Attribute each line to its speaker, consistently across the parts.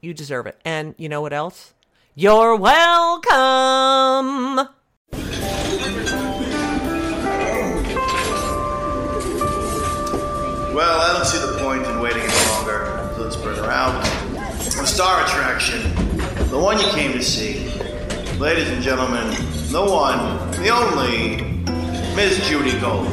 Speaker 1: You deserve it. And you know what else? You're welcome.
Speaker 2: Well, I don't see the point in waiting any longer, so let's bring her out. The star attraction, the one you came to see. Ladies and gentlemen, the one, the only, Miss Judy Gold.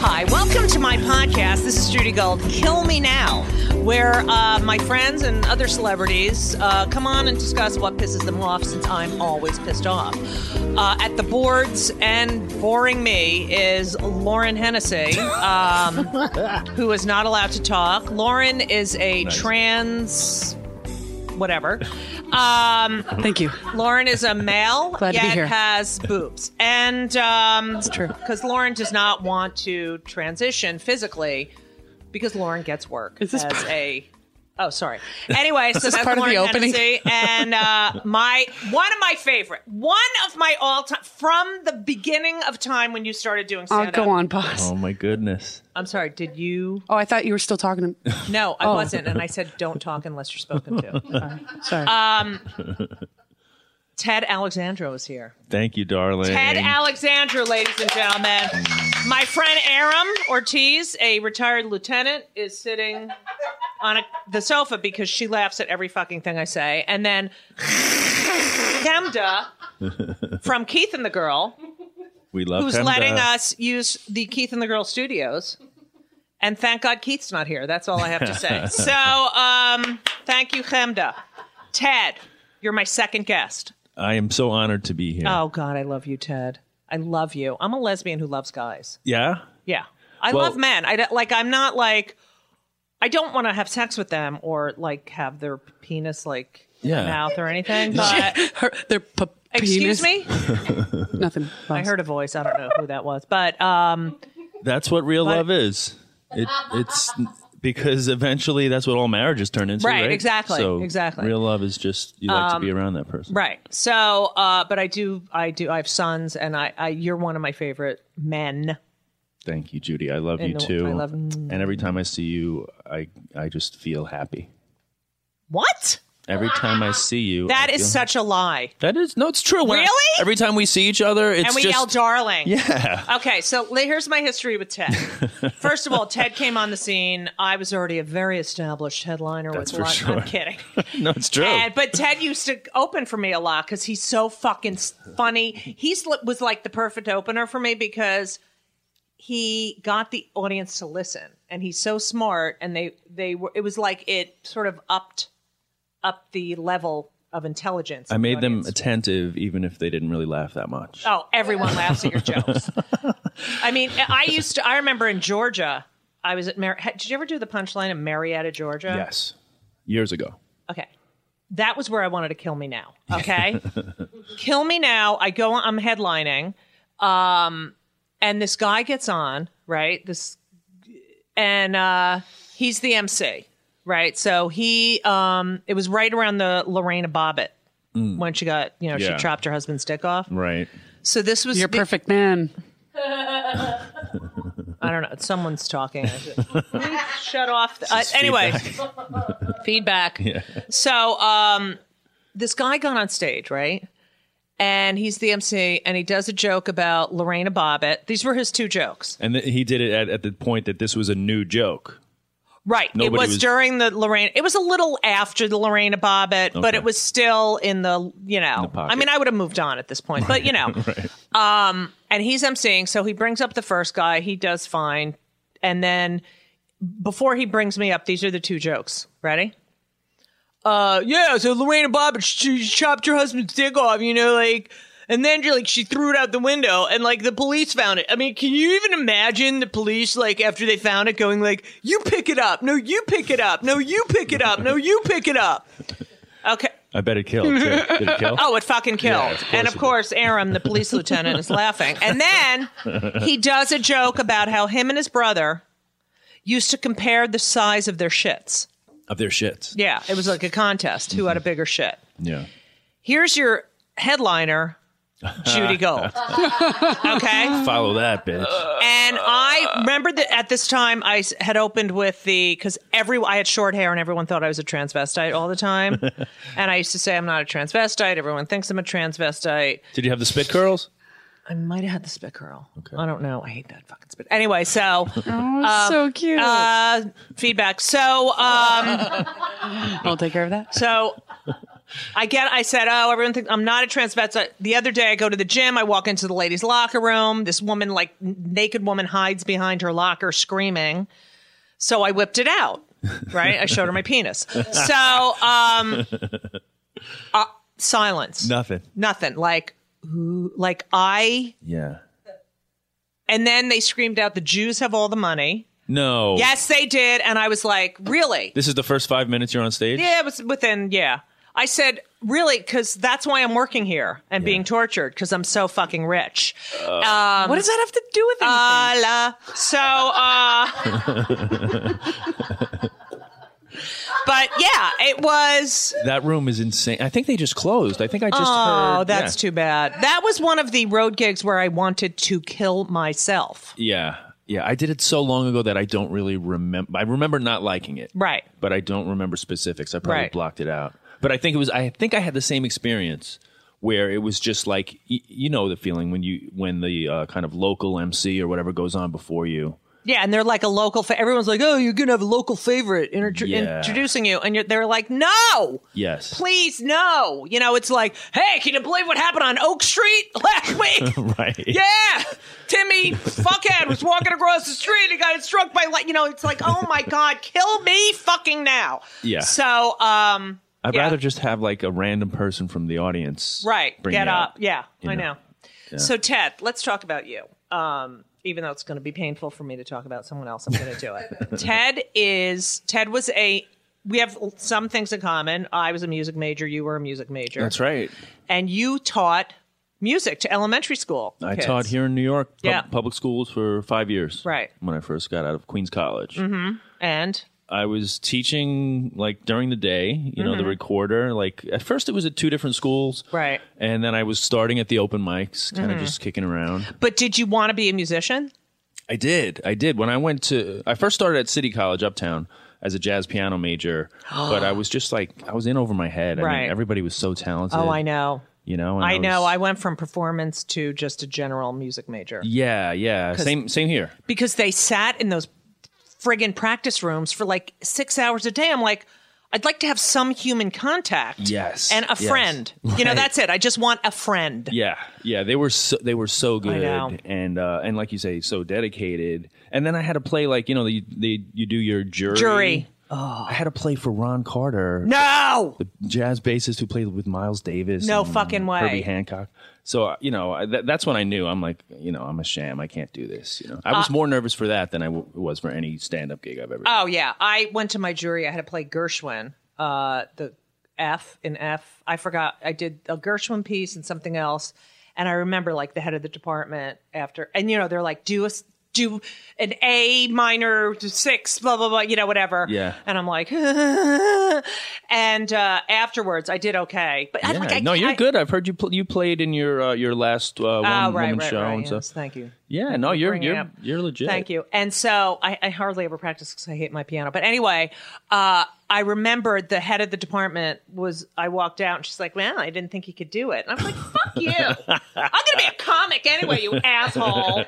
Speaker 1: Hi, welcome to my podcast. This is Judy Gold. Kill Me Now, where uh, my friends and other celebrities uh, come on and discuss what pisses them off, since I'm always pissed off. Uh, at the boards and boring me is Lauren Hennessy, um, who is not allowed to talk. Lauren is a trans, whatever. Um,
Speaker 3: Thank you.
Speaker 1: Lauren is a male,
Speaker 3: Glad to
Speaker 1: yet
Speaker 3: be here.
Speaker 1: has boobs. And um, it's
Speaker 3: true.
Speaker 1: Because Lauren does not want to transition physically because Lauren gets work
Speaker 3: Is this
Speaker 1: as
Speaker 3: part-
Speaker 1: a. Oh, sorry. Anyway, so
Speaker 3: this
Speaker 1: that's
Speaker 3: part of
Speaker 1: Lauren
Speaker 3: the opening?
Speaker 1: Hennessy, and uh, my one of my favorite, one of my all time from the beginning of time when you started doing
Speaker 3: Oh,
Speaker 1: stand
Speaker 3: go on, boss.
Speaker 4: Oh my goodness.
Speaker 1: I'm sorry. Did you?
Speaker 3: Oh, I thought you were still talking to me.
Speaker 1: No, I wasn't. And I said, don't talk unless you're spoken to. Um,
Speaker 3: Sorry.
Speaker 1: Ted Alexandro is here.
Speaker 4: Thank you, darling.
Speaker 1: Ted Alexandra, ladies and gentlemen. My friend Aram Ortiz, a retired lieutenant, is sitting on a, the sofa because she laughs at every fucking thing I say. And then Kemda from Keith and the Girl,
Speaker 4: we love
Speaker 1: who's
Speaker 4: Pemda.
Speaker 1: letting us use the Keith and the Girl studios. And thank God Keith's not here. That's all I have to say. so um, thank you, Kemda. Ted, you're my second guest.
Speaker 4: I am so honored to be here.
Speaker 1: Oh God, I love you, Ted. I love you. I'm a lesbian who loves guys.
Speaker 4: Yeah?
Speaker 1: Yeah, I
Speaker 4: Well-
Speaker 1: love men. I don't- like. I'm not like. I don't want to have sex with them or like have their penis like in my
Speaker 4: Yeah.
Speaker 1: mouth or anything. But
Speaker 3: Her, their p-
Speaker 1: excuse
Speaker 3: penis-
Speaker 1: me,
Speaker 3: Nothing.
Speaker 1: I heard a voice. I don't know who that was, but um,
Speaker 4: That's what real love is. It, it's because eventually that's what all marriages turn into.
Speaker 1: Right,
Speaker 4: Right,
Speaker 1: exactly,
Speaker 4: So
Speaker 1: exactly. Um,
Speaker 4: Real love is just you like to be around that person.
Speaker 1: right. So, uh, but I do. I do. I have sons, and I. I you're one of my favorite men
Speaker 4: Thank you, Judy. I love
Speaker 1: And
Speaker 4: you
Speaker 1: the-
Speaker 4: too.
Speaker 1: I love-
Speaker 4: and every time I see you, I I just feel happy.
Speaker 1: What?
Speaker 4: Every time I see you,
Speaker 1: That
Speaker 4: I
Speaker 1: is
Speaker 4: feel-
Speaker 1: such a lie.
Speaker 4: that is no, it's true. When I-
Speaker 1: Really?
Speaker 4: every time we see each other, it's
Speaker 1: and we
Speaker 4: just
Speaker 1: yell, darling.
Speaker 4: yeah.
Speaker 1: Okay, so li- here's my history with Ted. First of all, Ted came on the scene. I was already a very established headliner
Speaker 4: That's
Speaker 1: with
Speaker 4: for
Speaker 1: lot-
Speaker 4: sure. Oh.
Speaker 1: I'm kidding.
Speaker 4: No, it's true.
Speaker 1: And, but Ted used to open for me a lot because he's so fucking s- funny. He was like the perfect opener for me because he got the audience to listen, and he's so smart. And they they were it was like it sort of upped up the level of intelligence.
Speaker 4: I made them attentive, even if they didn't really laugh that much.
Speaker 1: Oh, everyone laughs at your jokes. I mean, I used to. I remember in Georgia, I was at. Mar- Did you ever do the punchline in Marietta, Georgia?
Speaker 4: Yes, years ago.
Speaker 1: Okay. That was where I wanted to kill me now. Okay. kill me now. I go on, I'm headlining. Um, and this guy gets on, right? This, and, uh, he's the MC, right? So he, um, it was right around the Lorena Bobbitt when she got, you know,
Speaker 4: Mm. Yeah.
Speaker 1: she chopped her husband's dick off.
Speaker 4: Right.
Speaker 1: So this was,
Speaker 3: You're a
Speaker 1: the-
Speaker 3: perfect man.
Speaker 1: I don't know. Someone's talking. Please Shut off. The, uh, anyway, feedback. So um, this guy got on stage, right? And he's the MC, and he does a joke about Lorena Bobbitt. These were his two jokes,
Speaker 4: And th- he did it at, at the point that this was a new joke.
Speaker 1: right? it
Speaker 4: Nobody
Speaker 1: was,
Speaker 4: was-
Speaker 1: during the Lorena. It was a little after the Lorena Bobbitt, but
Speaker 4: Okay.
Speaker 1: it was still in the you know.
Speaker 4: pocket.
Speaker 1: I mean, I would have moved on at this point, but you know. Um, and he's emceeing, so he brings up the first guy. He does fine, and then before he brings me up, these are the two jokes. Ready? Uh, yeah. So Lorena Bobbitt, she chopped your husband's dick off. You know, like, and then she, like she threw it out the window, and like the police found it. I mean, can you even imagine the police like after they found it going like, you pick it up, no, you pick it up, no, you pick it up, no, you pick it up. Okay.
Speaker 4: I bet it killed. Too. Did it kill?
Speaker 1: Oh, it fucking killed.
Speaker 4: Yeah, of course
Speaker 1: and
Speaker 4: it
Speaker 1: of
Speaker 4: did.
Speaker 1: course, Aram, the police lieutenant, is laughing. And then he does a joke about how him and his brother used to compare the size of their shits.
Speaker 4: Of their shit.
Speaker 1: Yeah, it was like a contest who had a bigger shit.
Speaker 4: Yeah.
Speaker 1: Here's your headliner, Judy Gold. okay.
Speaker 4: Follow that, bitch.
Speaker 1: And I remember that at this time I s- had opened with the because every I had short hair and everyone thought I was a transvestite all the time, and I used to say I'm not a transvestite. Everyone thinks I'm a transvestite.
Speaker 4: Did you have the spit curls?
Speaker 1: I might have had the spit curl. I don't know. I hate that fucking spit. Anyway, so
Speaker 3: Oh, so cute.
Speaker 1: Um, uh, feedback. So um,
Speaker 3: I'll take care of that.
Speaker 1: So I get, I said, oh, everyone thinks I'm not a trans vet. So the other day I go to the gym, I walk into the ladies' locker room. This woman, like n- naked woman, hides behind her locker screaming. So I whipped it out, right? I showed her my penis. So, um, uh, silence,
Speaker 4: Nothing.
Speaker 1: nothing. Like, ooh, like I,
Speaker 4: Yeah.
Speaker 1: and then they screamed out, the Jews have all the money.
Speaker 4: No.
Speaker 1: Yes, they did. And I was like, really?
Speaker 4: This is the first five minutes you're on stage.
Speaker 1: Yeah, it was within. Yeah, I said really because that's why I'm working here and being tortured because I'm so fucking rich.
Speaker 3: what does that have to do with
Speaker 1: Uh, la.
Speaker 3: anything?
Speaker 1: So, uh, but yeah, it was.
Speaker 4: That room is insane. I think they just closed. I think I just heard.
Speaker 1: Oh, that's
Speaker 4: yeah.
Speaker 1: too bad. That was one of the road gigs where I wanted to kill myself.
Speaker 4: Yeah. Yeah. I did it so long ago that I don't really remember. I remember not liking it.
Speaker 1: Right.
Speaker 4: But I don't remember specifics. I probably
Speaker 1: Right.
Speaker 4: blocked it out. But I think it was, I think I had the same experience where it was just like, y- you know, the feeling when you, when the uh, kind of local MC or whatever goes on before you.
Speaker 1: Yeah, and they're like a local. Fa- everyone's like, "Oh, you're gonna have a local favorite intro-
Speaker 4: Yeah.
Speaker 1: introducing you," and you're, they're like, "No,
Speaker 4: Yes.
Speaker 1: please no. You know, it's like, hey, can you believe what happened on Oak Street last week?
Speaker 4: Right.
Speaker 1: yeah, Timmy fuckhead was walking across the street and got struck by light. You know, it's like, oh my god, kill me fucking now.
Speaker 4: Yeah.
Speaker 1: So, um,
Speaker 4: I'd
Speaker 1: Yeah.
Speaker 4: rather just have like a random person from the audience.
Speaker 1: right,
Speaker 4: bring
Speaker 1: get
Speaker 4: me
Speaker 1: up.
Speaker 4: up.
Speaker 1: Yeah, I know.
Speaker 4: know.
Speaker 1: So, Ted, let's talk about you. Um, even though it's going to be painful for me to talk about someone else, I'm going to do it. Ted is Ted was a. We have some things in common. I was a music major. You were a music major.
Speaker 4: That's right.
Speaker 1: and you taught music to elementary school.
Speaker 4: I
Speaker 1: kids.
Speaker 4: taught here in New York, pub-
Speaker 1: Yeah.
Speaker 4: public schools for five years.
Speaker 1: Right.
Speaker 4: When I first got out of Queens College.
Speaker 1: and
Speaker 4: I was teaching like during the day, you know, the recorder. Like at first it was at two different schools.
Speaker 1: Mm-hmm. Right. Mm-hmm.
Speaker 4: And then I was starting at the open mics, kind of just kicking around.
Speaker 1: but did you want to be a musician?
Speaker 4: I did. I did. When I went to, I first started at City College Uptown as a jazz piano major, but I was just like, I was in over my head. I
Speaker 1: Right.
Speaker 4: mean, everybody was so talented.
Speaker 1: Oh, I know.
Speaker 4: You know, and
Speaker 1: I know.
Speaker 4: was-
Speaker 1: I went from performance to just a general music major
Speaker 4: yeah, yeah. Same, same here.
Speaker 1: because they sat in those friggin' practice rooms for like six hours a day. I'm like, I'd like to have some human contact.
Speaker 4: Yes,
Speaker 1: And a
Speaker 4: yes.
Speaker 1: friend. You know,
Speaker 4: Right.
Speaker 1: that's it. I just want a friend.
Speaker 4: Yeah, yeah, they were so, they were so good,
Speaker 1: know.
Speaker 4: and uh, and like you say, so dedicated. And then I had to play like you know the, the you do your jury.
Speaker 1: Jury.
Speaker 4: I had to play for Ron Carter,
Speaker 1: No.
Speaker 4: jazz bassist who played with Miles Davis.
Speaker 1: No
Speaker 4: and
Speaker 1: fucking way.
Speaker 4: Herbie Hancock. So uh, you know I, that, that's when I knew I'm like you know I'm a sham. I can't do this. You know I
Speaker 1: Uh,
Speaker 4: was more nervous for that than I w- was for any stand up gig I've ever.
Speaker 1: Oh yeah, I went to my jury. I had to play Gershwin, uh, the F in F. I forgot. I did a Gershwin piece and something else, and I remember like the head of the department after, and you know they're like, do us do an A minor six, blah blah blah, you know whatever.
Speaker 4: Yeah.
Speaker 1: And I'm like, and uh, afterwards I did okay, but I,
Speaker 4: yeah.
Speaker 1: like, I,
Speaker 4: no, you're
Speaker 1: I-
Speaker 4: good. I've heard you pl- you played in your uh, your last uh, one
Speaker 1: Oh, right,
Speaker 4: woman
Speaker 1: right,
Speaker 4: show
Speaker 1: right.
Speaker 4: and
Speaker 1: yes,
Speaker 4: stuff.
Speaker 1: Thank you.
Speaker 4: Yeah, no, you're
Speaker 1: bringing it
Speaker 4: you're
Speaker 1: up.
Speaker 4: you're legit.
Speaker 1: Thank you. And so I, I hardly ever practice because I hate my piano. But anyway, uh, I remembered the head of the department was. I walked out and she's like, "Well, I didn't think you could do it." And I'm like, "Fuck you! I'm gonna be a comic anyway, you asshole."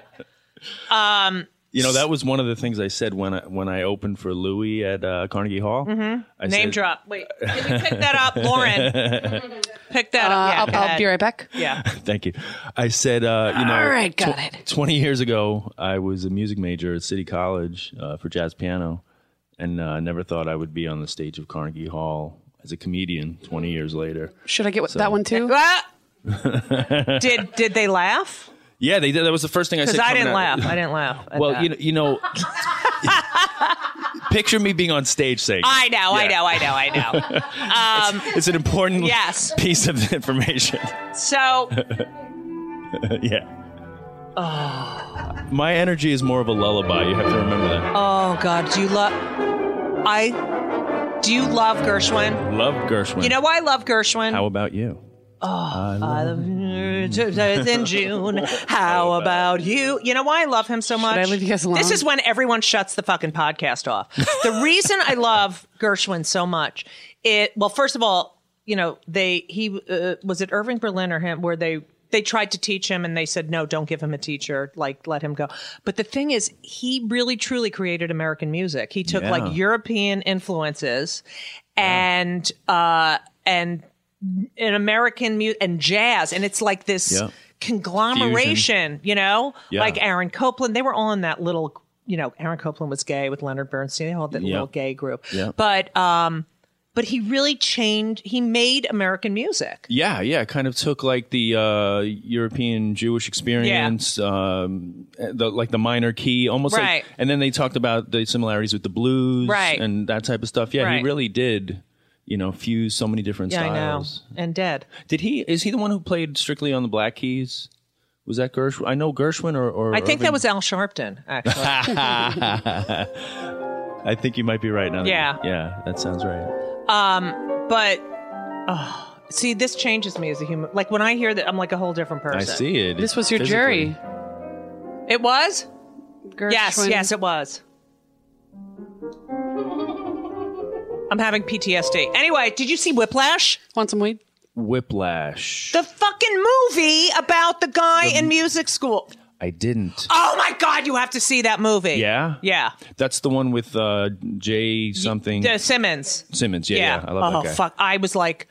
Speaker 4: You know, that was one of the things I said when I when I opened for Louis at uh, Carnegie Hall. Mm-hmm. I
Speaker 1: Name
Speaker 4: said,
Speaker 1: drop. Wait, can we pick that up, Lauren? Pick that up. Yeah,
Speaker 3: Uh, I'll,
Speaker 1: go
Speaker 3: I'll
Speaker 1: ahead.
Speaker 3: be right back.
Speaker 1: Yeah.
Speaker 4: Thank you. I said, uh, you know,
Speaker 3: All right, got it.
Speaker 4: Twenty years ago, I was a music major at City College uh, for jazz piano, and uh, never thought I would be on the stage of Carnegie Hall as a comedian. Twenty years later,
Speaker 3: Should I get that one too?
Speaker 1: Ah! did did they laugh?
Speaker 4: yeah, they did. That was the first thing I said.
Speaker 1: Because I
Speaker 4: coming
Speaker 1: didn't
Speaker 4: out-
Speaker 1: laugh. I didn't laugh. at
Speaker 4: Well,
Speaker 1: that.
Speaker 4: you know, you know. Picture me being on stage saying,
Speaker 1: I know, I
Speaker 4: Yeah.
Speaker 1: know, I know, I know.
Speaker 4: "It's an important
Speaker 1: Yes.
Speaker 4: piece of information."
Speaker 1: So
Speaker 4: Yeah.
Speaker 1: Ah.
Speaker 4: My energy is more of a lullaby. You have to remember that.
Speaker 1: Oh God, do you love? I do you love Gershwin?
Speaker 4: Love Gershwin.
Speaker 1: Oh. You know why I love Gershwin?
Speaker 4: How about you?
Speaker 1: Oh, I love in June. How about you? You know why I love him so much?
Speaker 3: I leave you guys alone?
Speaker 1: This is when everyone shuts the fucking podcast off. the reason I love Gershwin so much, it well, first of all, you know they he uh, was it Irving Berlin or him where they they tried to teach him and they said no, don't give him a teacher, like let him go. But the thing is, he really truly created American music. He took
Speaker 4: Yeah.
Speaker 1: like European influences and uh and and American mu- and jazz, and it's like this
Speaker 4: Yeah.
Speaker 1: conglomeration, you know,
Speaker 4: Yeah.
Speaker 1: like Aaron Copland. They were all in that little, you know, Aaron Copland was gay with Leonard Bernstein. They all had that
Speaker 4: Yeah.
Speaker 1: little gay group,
Speaker 4: Yeah.
Speaker 1: but um, but he really changed. He made American music.
Speaker 4: Yeah, yeah. It kind of took like the uh, European Jewish experience, um, the, like the minor key, almost
Speaker 1: Right.
Speaker 4: like. And then they talked about the similarities with the blues
Speaker 1: Right.
Speaker 4: and that type of stuff. Yeah,
Speaker 1: Right.
Speaker 4: he really did, you know, fuse so many different
Speaker 1: Yeah,
Speaker 4: styles.
Speaker 1: I know. And dead.
Speaker 4: Did he? Is he the one who played strictly on the black keys? Was that Gershwin? I know Gershwin or. or
Speaker 1: I think
Speaker 4: Irving-
Speaker 1: that was Al Sharpton, actually.
Speaker 4: I think you might be right now. that-
Speaker 1: Yeah.
Speaker 4: yeah, that sounds right.
Speaker 1: but oh, see, this changes me as a human. Like when I hear that, I'm like a whole different person.
Speaker 4: I see it.
Speaker 3: This was your
Speaker 4: Physically.
Speaker 3: jury.
Speaker 1: It was.
Speaker 3: Gershwin.
Speaker 1: Yes, yes, it was. I'm having PTSD. Anyway, did you see Whiplash?
Speaker 3: Want some weed?
Speaker 4: Whiplash.
Speaker 1: The fucking movie about the guy in music school.
Speaker 4: I didn't.
Speaker 1: Oh my god, you have to see that movie.
Speaker 4: Yeah?
Speaker 1: Yeah.
Speaker 4: That's the one with uh, Jay something
Speaker 1: The Simmons.
Speaker 4: Simmons. Yeah, yeah.
Speaker 1: Yeah.
Speaker 4: I love
Speaker 1: oh,
Speaker 4: that guy.
Speaker 1: fuck. I was like,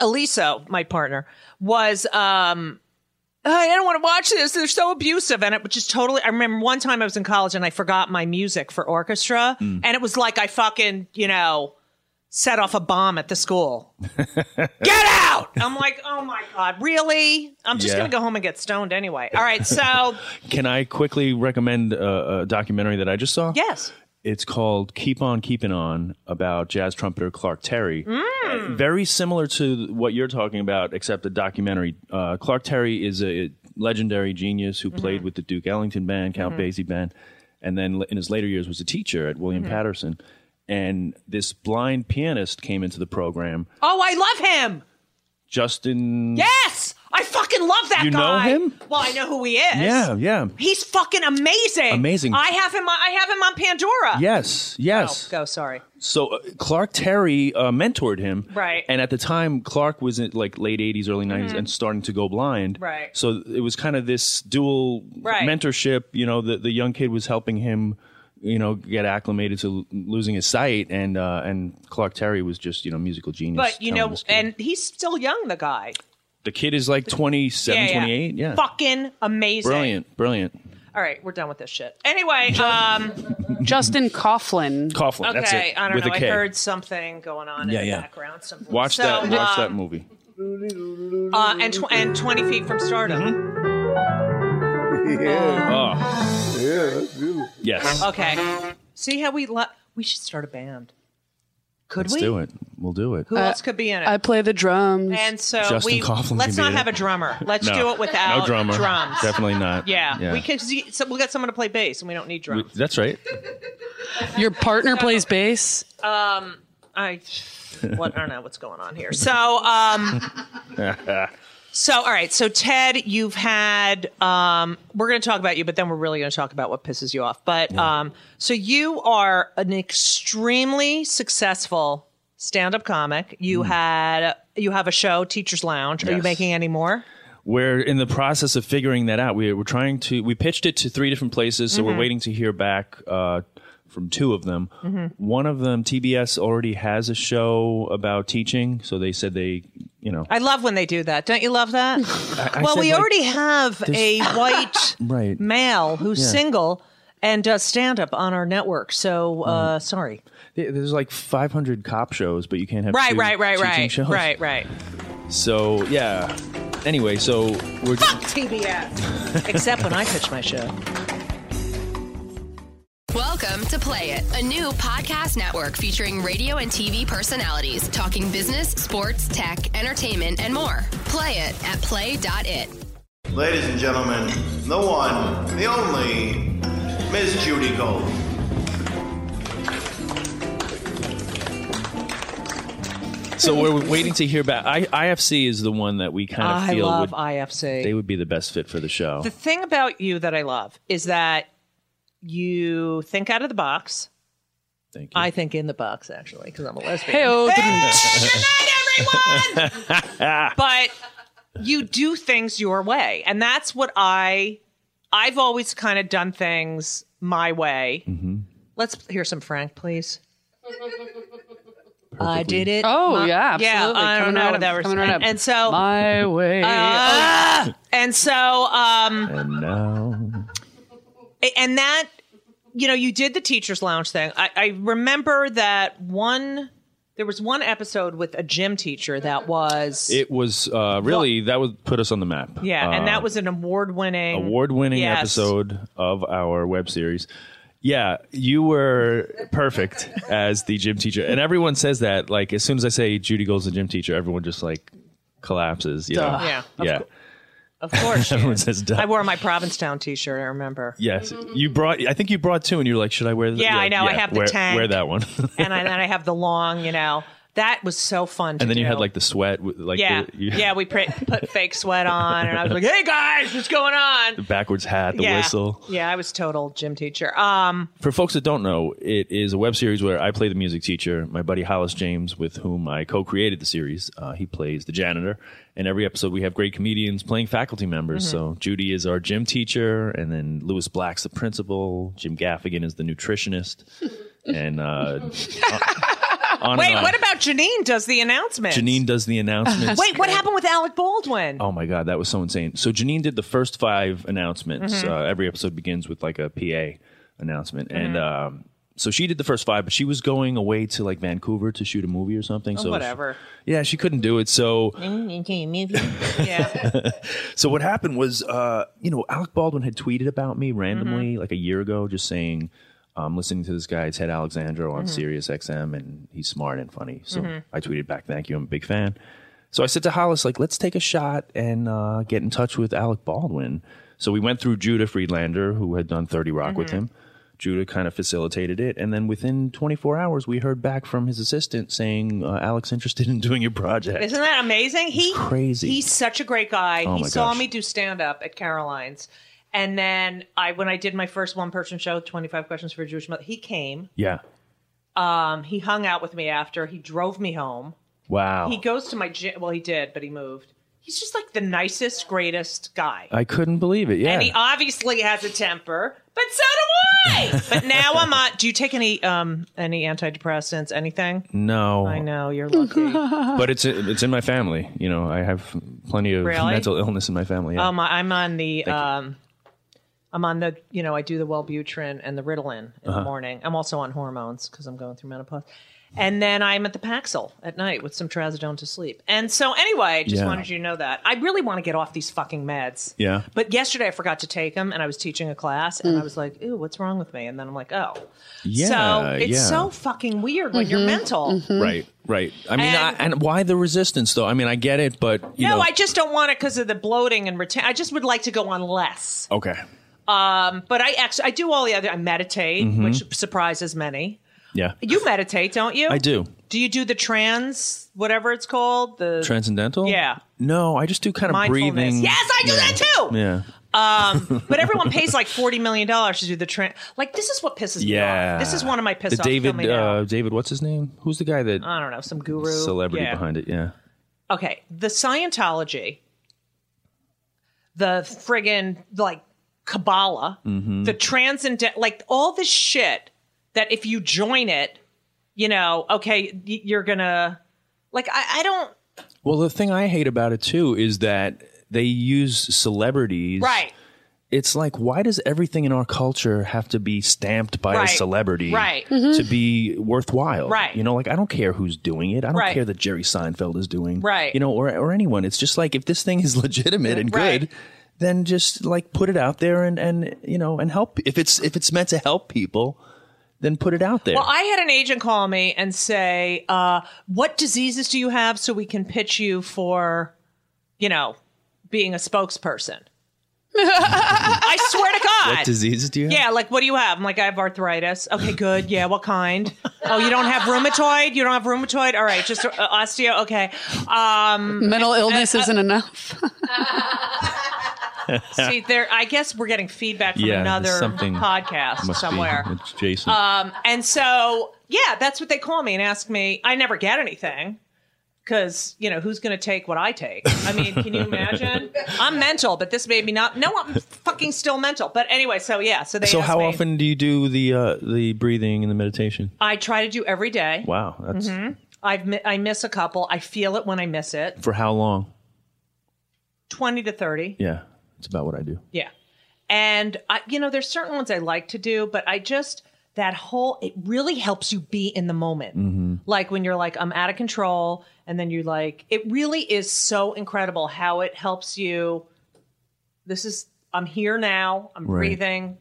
Speaker 1: Elisa, my partner, was, um, I don't want to watch this. They're so abusive. And it was just totally, I remember one time I was in college and I forgot my music for orchestra.
Speaker 4: Mm.
Speaker 1: And it was like I fucking, you know, set off a bomb at the school. get out. I'm like, oh my God, really? I'm just
Speaker 4: Yeah.
Speaker 1: going to go home and get stoned anyway. All right. So,
Speaker 4: Can I quickly recommend uh, a, a documentary that I just saw?
Speaker 1: yes.
Speaker 4: It's called Keep On Keeping On about jazz trumpeter Clark Terry.
Speaker 1: Mm.
Speaker 4: Very similar to what you're talking about, except a documentary. Uh, Clark Terry is a legendary genius who
Speaker 1: Mm-hmm.
Speaker 4: played with the Duke Ellington Band, Count Basie Band, and then in his later years was a teacher at William
Speaker 1: Mm-hmm.
Speaker 4: Patterson. And this blind pianist came into the program,
Speaker 1: Oh, I love him.
Speaker 4: Justin.
Speaker 1: Yes. I fucking love that
Speaker 4: You know
Speaker 1: guy.
Speaker 4: him?
Speaker 1: Well, I know who he is.
Speaker 4: Yeah, yeah.
Speaker 1: He's fucking amazing.
Speaker 4: Amazing.
Speaker 1: I have him. On, I have him on Pandora. Oh,
Speaker 4: Yes, yes.
Speaker 1: Go. Sorry.
Speaker 4: So uh, Clark Terry uh, mentored him,
Speaker 1: Right. Mm-hmm.
Speaker 4: And at the time, Clark was in like late '80s, early '90s, and starting to go blind,
Speaker 1: Right.
Speaker 4: So it was kind of this dual
Speaker 1: Right.
Speaker 4: mentorship. You know, the the young kid was helping him, you know, get acclimated to l- losing his sight, and uh, and Clark Terry was just you know musical genius.
Speaker 1: But you know,
Speaker 4: telling this kid.
Speaker 1: and he's still young. The guy.
Speaker 4: the kid is like 27, 28. Yeah,
Speaker 1: Fucking amazing.
Speaker 4: brilliant, brilliant.
Speaker 1: All right, we're done with this shit. Anyway, um,
Speaker 3: Justin Coughlin.
Speaker 4: Coughlin,
Speaker 1: okay,
Speaker 4: that's it.
Speaker 1: I don't
Speaker 4: with
Speaker 1: know.
Speaker 4: a
Speaker 1: I
Speaker 4: K.
Speaker 1: heard something going on
Speaker 4: Yeah,
Speaker 1: in
Speaker 4: yeah.
Speaker 1: the background. Some
Speaker 4: Watch
Speaker 1: so,
Speaker 4: that. Watch that
Speaker 1: um,
Speaker 4: movie.
Speaker 1: Uh, and tw- and twenty feet from stardom.
Speaker 4: Mm-hmm. Oh, yes.
Speaker 1: Okay. See how we lo- we should start a band. Could
Speaker 4: Let's
Speaker 1: we?
Speaker 4: do it. We'll do it.
Speaker 1: Who else could be in it?
Speaker 3: I play the drums.
Speaker 1: and so
Speaker 4: Justin
Speaker 1: we
Speaker 4: Coughlin
Speaker 1: let's
Speaker 4: can be
Speaker 1: not
Speaker 4: in
Speaker 1: have
Speaker 4: it.
Speaker 1: a drummer. Let's
Speaker 4: No.
Speaker 1: do it without
Speaker 4: no drummer.
Speaker 1: drums.
Speaker 4: Definitely not.
Speaker 1: Yeah.
Speaker 4: yeah.
Speaker 1: we can. see- So we'll get someone to play bass, and we don't need drums.
Speaker 4: That's right.
Speaker 3: Your partner plays bass.
Speaker 1: I, what I don't know what's going on here. So, um, so all right. So Ted, you've had. Um, we're going to talk about you, but then we're really going to talk about what pisses you off. But um, so you are an extremely successful stand-up comic. You had you have a show, Teachers Lounge. Are you
Speaker 4: Mm. Yes.
Speaker 1: making any more?
Speaker 4: We're in the process of figuring that out. We, we're trying to. We pitched it to three different places, so
Speaker 1: Mm-hmm.
Speaker 4: we're waiting to hear back uh, from two of them.
Speaker 1: Mm-hmm.
Speaker 4: One of them, TBS, already has a show about teaching, so they said they, you know,
Speaker 1: I love when they do that. Don't you love that?
Speaker 4: I
Speaker 1: well,
Speaker 4: said,
Speaker 1: we
Speaker 4: like,
Speaker 1: already have a white
Speaker 4: Right.
Speaker 1: male who's single and does stand up on our network. So, uh,
Speaker 4: Mm.
Speaker 1: sorry.
Speaker 4: th- There's like 500 cop shows, but you can't have
Speaker 1: Right,
Speaker 4: two
Speaker 1: right, right,
Speaker 4: teaching
Speaker 1: right, right,
Speaker 4: shows.
Speaker 1: right.
Speaker 4: So yeah. Anyway, so we're
Speaker 1: TBS. Except when I pitch my show.
Speaker 5: Welcome to Play It, a new podcast network featuring radio and TV personalities talking business, sports, tech, entertainment, and more. Play it at play.it.
Speaker 2: Ladies and gentlemen, the one, the only, Miss Judy Gold.
Speaker 4: so we're waiting to hear back. I, IFC is the one that we kind of
Speaker 1: I
Speaker 4: feel
Speaker 1: love
Speaker 4: would
Speaker 1: IFC.
Speaker 4: they would be the best fit for the show.
Speaker 1: the thing about you that I love is that you think out of the box.
Speaker 4: Thank you.
Speaker 1: I think in the box, actually, because I'm a lesbian.
Speaker 3: Hey-o.
Speaker 1: Good night, everyone. but you do things your way, and that's what I. I've always kind of done things my way. Let's hear some Frank, please. I did it.
Speaker 3: Oh, yeah,
Speaker 1: yeah.
Speaker 3: absolutely.
Speaker 1: I don't
Speaker 3: Coming
Speaker 1: know
Speaker 3: right
Speaker 1: what
Speaker 3: up,
Speaker 1: that was.
Speaker 3: coming right up.
Speaker 1: And so, um,
Speaker 3: My way.
Speaker 1: Ah! and so, um,
Speaker 4: and now
Speaker 1: and that you know you did the teachers lounge thing I, I remember that one there was one episode with a gym teacher that was
Speaker 4: it was uh, really that would put us on the map.
Speaker 1: yeah
Speaker 4: Uh,
Speaker 1: and that was an award-winning
Speaker 4: award-winning
Speaker 1: Yes.
Speaker 4: episode of our web series. Yeah, you were perfect as the gym teacher, and everyone says that. Like as soon as I say Judy Gold's the gym teacher, everyone just like collapses. You know?
Speaker 1: yeah of,
Speaker 4: yeah.
Speaker 1: of course she
Speaker 4: Everyone
Speaker 1: is.
Speaker 4: says duh.
Speaker 1: i wore my provincetown t-shirt i remember
Speaker 4: Yes, you brought. I think you brought two, and you're like, "Should I wear?" The,
Speaker 1: Yeah, I know, I have the
Speaker 4: wear,
Speaker 1: tank.
Speaker 4: Wear that one,
Speaker 1: and, I, and i have the long you know that was so fun to
Speaker 4: and then you
Speaker 1: do.
Speaker 4: had like the sweat, with, like
Speaker 1: yeah
Speaker 4: the, you-
Speaker 1: yeah we pr- put fake sweat on and i was like hey guys what's going on
Speaker 4: backwards hat, the
Speaker 1: yeah
Speaker 4: whistle.
Speaker 1: yeah i was total gym teacher um
Speaker 4: For folks that don't know, it is a web series where I play the music teacher. My buddy Hollis James, with whom I co-created the series, uh, he plays the janitor. And every episode, we have great comedians playing faculty members.
Speaker 1: Mm-hmm.
Speaker 4: So Judy is our gym teacher, and then Lewis Black's the principal. Jim Gaffigan is the nutritionist, and uh, on, on
Speaker 1: wait
Speaker 4: and on.
Speaker 1: what about janine does the announcement
Speaker 4: Janine does the announcements.
Speaker 1: Wait, what happened with Alec Baldwin?
Speaker 4: Oh my god, that was so insane. So Janine did the first five announcements. Uh, every episode begins with like a PA announcement, and um, so she did the first five. But she was going away to like Vancouver to shoot a movie or something. so she-
Speaker 1: Whatever.
Speaker 4: yeah, she couldn't do it. So
Speaker 1: yeah.
Speaker 4: so what happened was, uh, you know, Alec Baldwin had tweeted about me randomly
Speaker 1: Mm-hmm.
Speaker 4: like a year ago, just saying. I'm listening to this guy, Ted Alexandro,
Speaker 1: Mm-hmm.
Speaker 4: on Sirius XM, and he's smart and funny. So I tweeted back, "Thank you, I'm a big fan." So I said to Hollis, like, let's take a shot and uh, get in
Speaker 1: Mm-hmm.
Speaker 4: touch with Alec Baldwin. So we went through Judah Friedlander, who had done 30 Rock with him. Judah kind of facilitated it, and then within 24 hours, we heard back from his assistant saying uh, Alex interested in doing your project.
Speaker 1: Isn't that amazing? He
Speaker 4: crazy.
Speaker 1: He's such a great guy.
Speaker 4: Oh
Speaker 1: he
Speaker 4: my
Speaker 1: saw
Speaker 4: gosh.
Speaker 1: me do stand up at Caroline's, and then I when I did my first one person show, twenty five questions for a Jewish mother. He came.
Speaker 4: yeah.
Speaker 1: Um, he hung out with me after. He drove me home.
Speaker 4: Wow.
Speaker 1: He goes to my gym. Well, he did, but he moved. He's just like the nicest, greatest guy.
Speaker 4: I couldn't believe it. Yeah.
Speaker 1: And he obviously has a temper, but so do I. but now I'm on. Do you take any um any antidepressants? Anything?
Speaker 4: no.
Speaker 1: I know you're lucky.
Speaker 4: But it's it's in my family. You know, I have plenty of
Speaker 1: Really?
Speaker 4: mental illness in my family. Yeah.
Speaker 1: Um, I- I'm on the
Speaker 4: you.
Speaker 1: um, I'm on the you know I do the Wellbutrin and the Ritalin in
Speaker 4: Uh-huh.
Speaker 1: the morning. I'm also on hormones because I'm going through menopause, and then I'm at the Paxil at night with some trazodone to sleep. And so anyway, just
Speaker 4: Yeah.
Speaker 1: wanted you to know that I really want to get off these fucking meds.
Speaker 4: Yeah.
Speaker 1: But yesterday I forgot to take them, and I was teaching a class, and I was like, "Ooh, what's wrong with me?" And then I'm like, "Oh,
Speaker 4: Yeah,
Speaker 1: So it's
Speaker 4: yeah.
Speaker 1: so fucking weird when you're mental.
Speaker 4: Right, right. I mean,
Speaker 1: And-
Speaker 4: and, I, and why the resistance though? I mean, I get it, but you
Speaker 1: No,
Speaker 4: know,
Speaker 1: I just don't want it because of the bloating and retain. I just would like to go on less.
Speaker 4: okay,
Speaker 1: But I actually I do all the other. I meditate,
Speaker 4: Mm-hmm.
Speaker 1: which surprises many.
Speaker 4: yeah,
Speaker 1: You meditate, don't you?
Speaker 4: I do.
Speaker 1: Do you do the trans whatever it's called? The
Speaker 4: Transcendental.
Speaker 1: Yeah.
Speaker 4: No, I just do kind of
Speaker 1: mindfulness.
Speaker 4: breathing.
Speaker 1: Yes, I do
Speaker 4: Yeah.
Speaker 1: that too.
Speaker 4: Yeah.
Speaker 1: But everyone pays like forty million dollars to do the trans. Like this is what pisses me
Speaker 4: Yeah.
Speaker 1: off. This is one of my piss
Speaker 4: the
Speaker 1: off.
Speaker 4: David,
Speaker 1: coming out.
Speaker 4: uh, David, what's his name? Who's the guy that
Speaker 1: I don't know some guru
Speaker 4: celebrity
Speaker 1: Yeah.
Speaker 4: behind it? Yeah.
Speaker 1: okay, the Scientology, the friggin' like Kabbalah, the transcendent, like all this shit that if you join it, you know, okay, y- you're gonna, like, I, I don't,
Speaker 4: Well, the thing I hate about it too is that they use celebrities.
Speaker 1: right,
Speaker 4: It's like, why does everything in our culture have to be stamped by
Speaker 1: Right.
Speaker 4: a celebrity
Speaker 1: Right.
Speaker 4: to be worthwhile?
Speaker 1: Right.
Speaker 4: You know, like I don't care who's doing it. I don't
Speaker 1: Right.
Speaker 4: care that Jerry Seinfeld is doing.
Speaker 1: Right.
Speaker 4: You know, or or anyone. It's just like if this thing is legitimate and
Speaker 1: Right.
Speaker 4: good, then just like put it out there and and you know and help. If it's if it's meant to help people, then put it out there.
Speaker 1: Well, I had an agent call me and say, uh, "What diseases do you have, so we can pitch you for, you know, being a spokesperson." I swear to God.
Speaker 4: what diseases do you have?
Speaker 1: Yeah, like what do you have? I'm like, I have arthritis. Okay, good. Yeah, what kind? Oh, you don't have rheumatoid? You don't have rheumatoid? All right, just uh, osteo. Okay. Um,
Speaker 3: Mental illness isn't enough.
Speaker 1: see, there. I guess we're getting feedback from
Speaker 4: Yeah,
Speaker 1: another
Speaker 4: something
Speaker 1: podcast
Speaker 4: Must be
Speaker 1: somewhere. Uh,
Speaker 4: It's Jason.
Speaker 1: And so, yeah, that's what they call me and ask me. I never get anything because, you know, who's going to take what I take? I mean, can you imagine? I'm mental, but this made me not. No, I'm fucking still mental. But anyway, so yeah. So they.
Speaker 4: so
Speaker 1: asked
Speaker 4: how
Speaker 1: me-
Speaker 4: often do you do the uh, the breathing and the meditation?
Speaker 1: I try to do every day.
Speaker 4: Wow, that's
Speaker 1: Mm-hmm. I've mi- I miss a couple. I feel it when I miss it.
Speaker 4: for how long?
Speaker 1: 20 to 30.
Speaker 4: Yeah, it's about what I do.
Speaker 1: Yeah. And I, you know, there's certain ones I like to do, but I just that whole it really helps you be in the moment.
Speaker 4: Mm-hmm.
Speaker 1: Like when you're like I'm out of control and then you like it really is so incredible how it helps you this is I'm here now, I'm
Speaker 4: Right.
Speaker 1: breathing.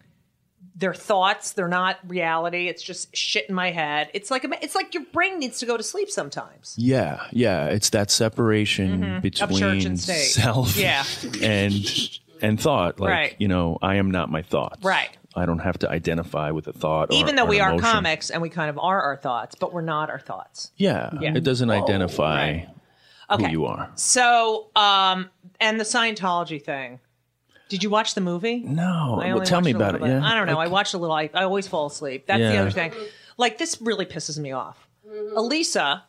Speaker 1: They're thoughts, they're not reality. It's just shit in my head. It's like a- it's like your brain needs to go to sleep sometimes.
Speaker 4: Yeah, yeah, it's that separation
Speaker 1: Mm-hmm. Of
Speaker 4: between
Speaker 1: church and state.
Speaker 4: self,
Speaker 1: Yeah.
Speaker 4: and and thought. Like
Speaker 1: Right.
Speaker 4: you know, I am not my thoughts.
Speaker 1: Right.
Speaker 4: I don't have to identify with a thought. or-
Speaker 1: Even though
Speaker 4: or an
Speaker 1: we are
Speaker 4: emotion.
Speaker 1: comics and we kind of are our thoughts, but we're not our thoughts.
Speaker 4: yeah,
Speaker 1: Yeah.
Speaker 4: it doesn't identify
Speaker 1: right.
Speaker 4: who
Speaker 1: Okay.
Speaker 4: you are.
Speaker 1: So, um, and the Scientology thing. Did you watch the movie?
Speaker 4: No,
Speaker 1: I
Speaker 4: well,
Speaker 1: only
Speaker 4: tell me
Speaker 1: watched a
Speaker 4: about it.
Speaker 1: little bit.
Speaker 4: Yeah,
Speaker 1: I don't know. I watched a little. I, I always fall asleep. That's the
Speaker 4: Yeah.
Speaker 1: other thing. Like this really pisses me off. Elisa,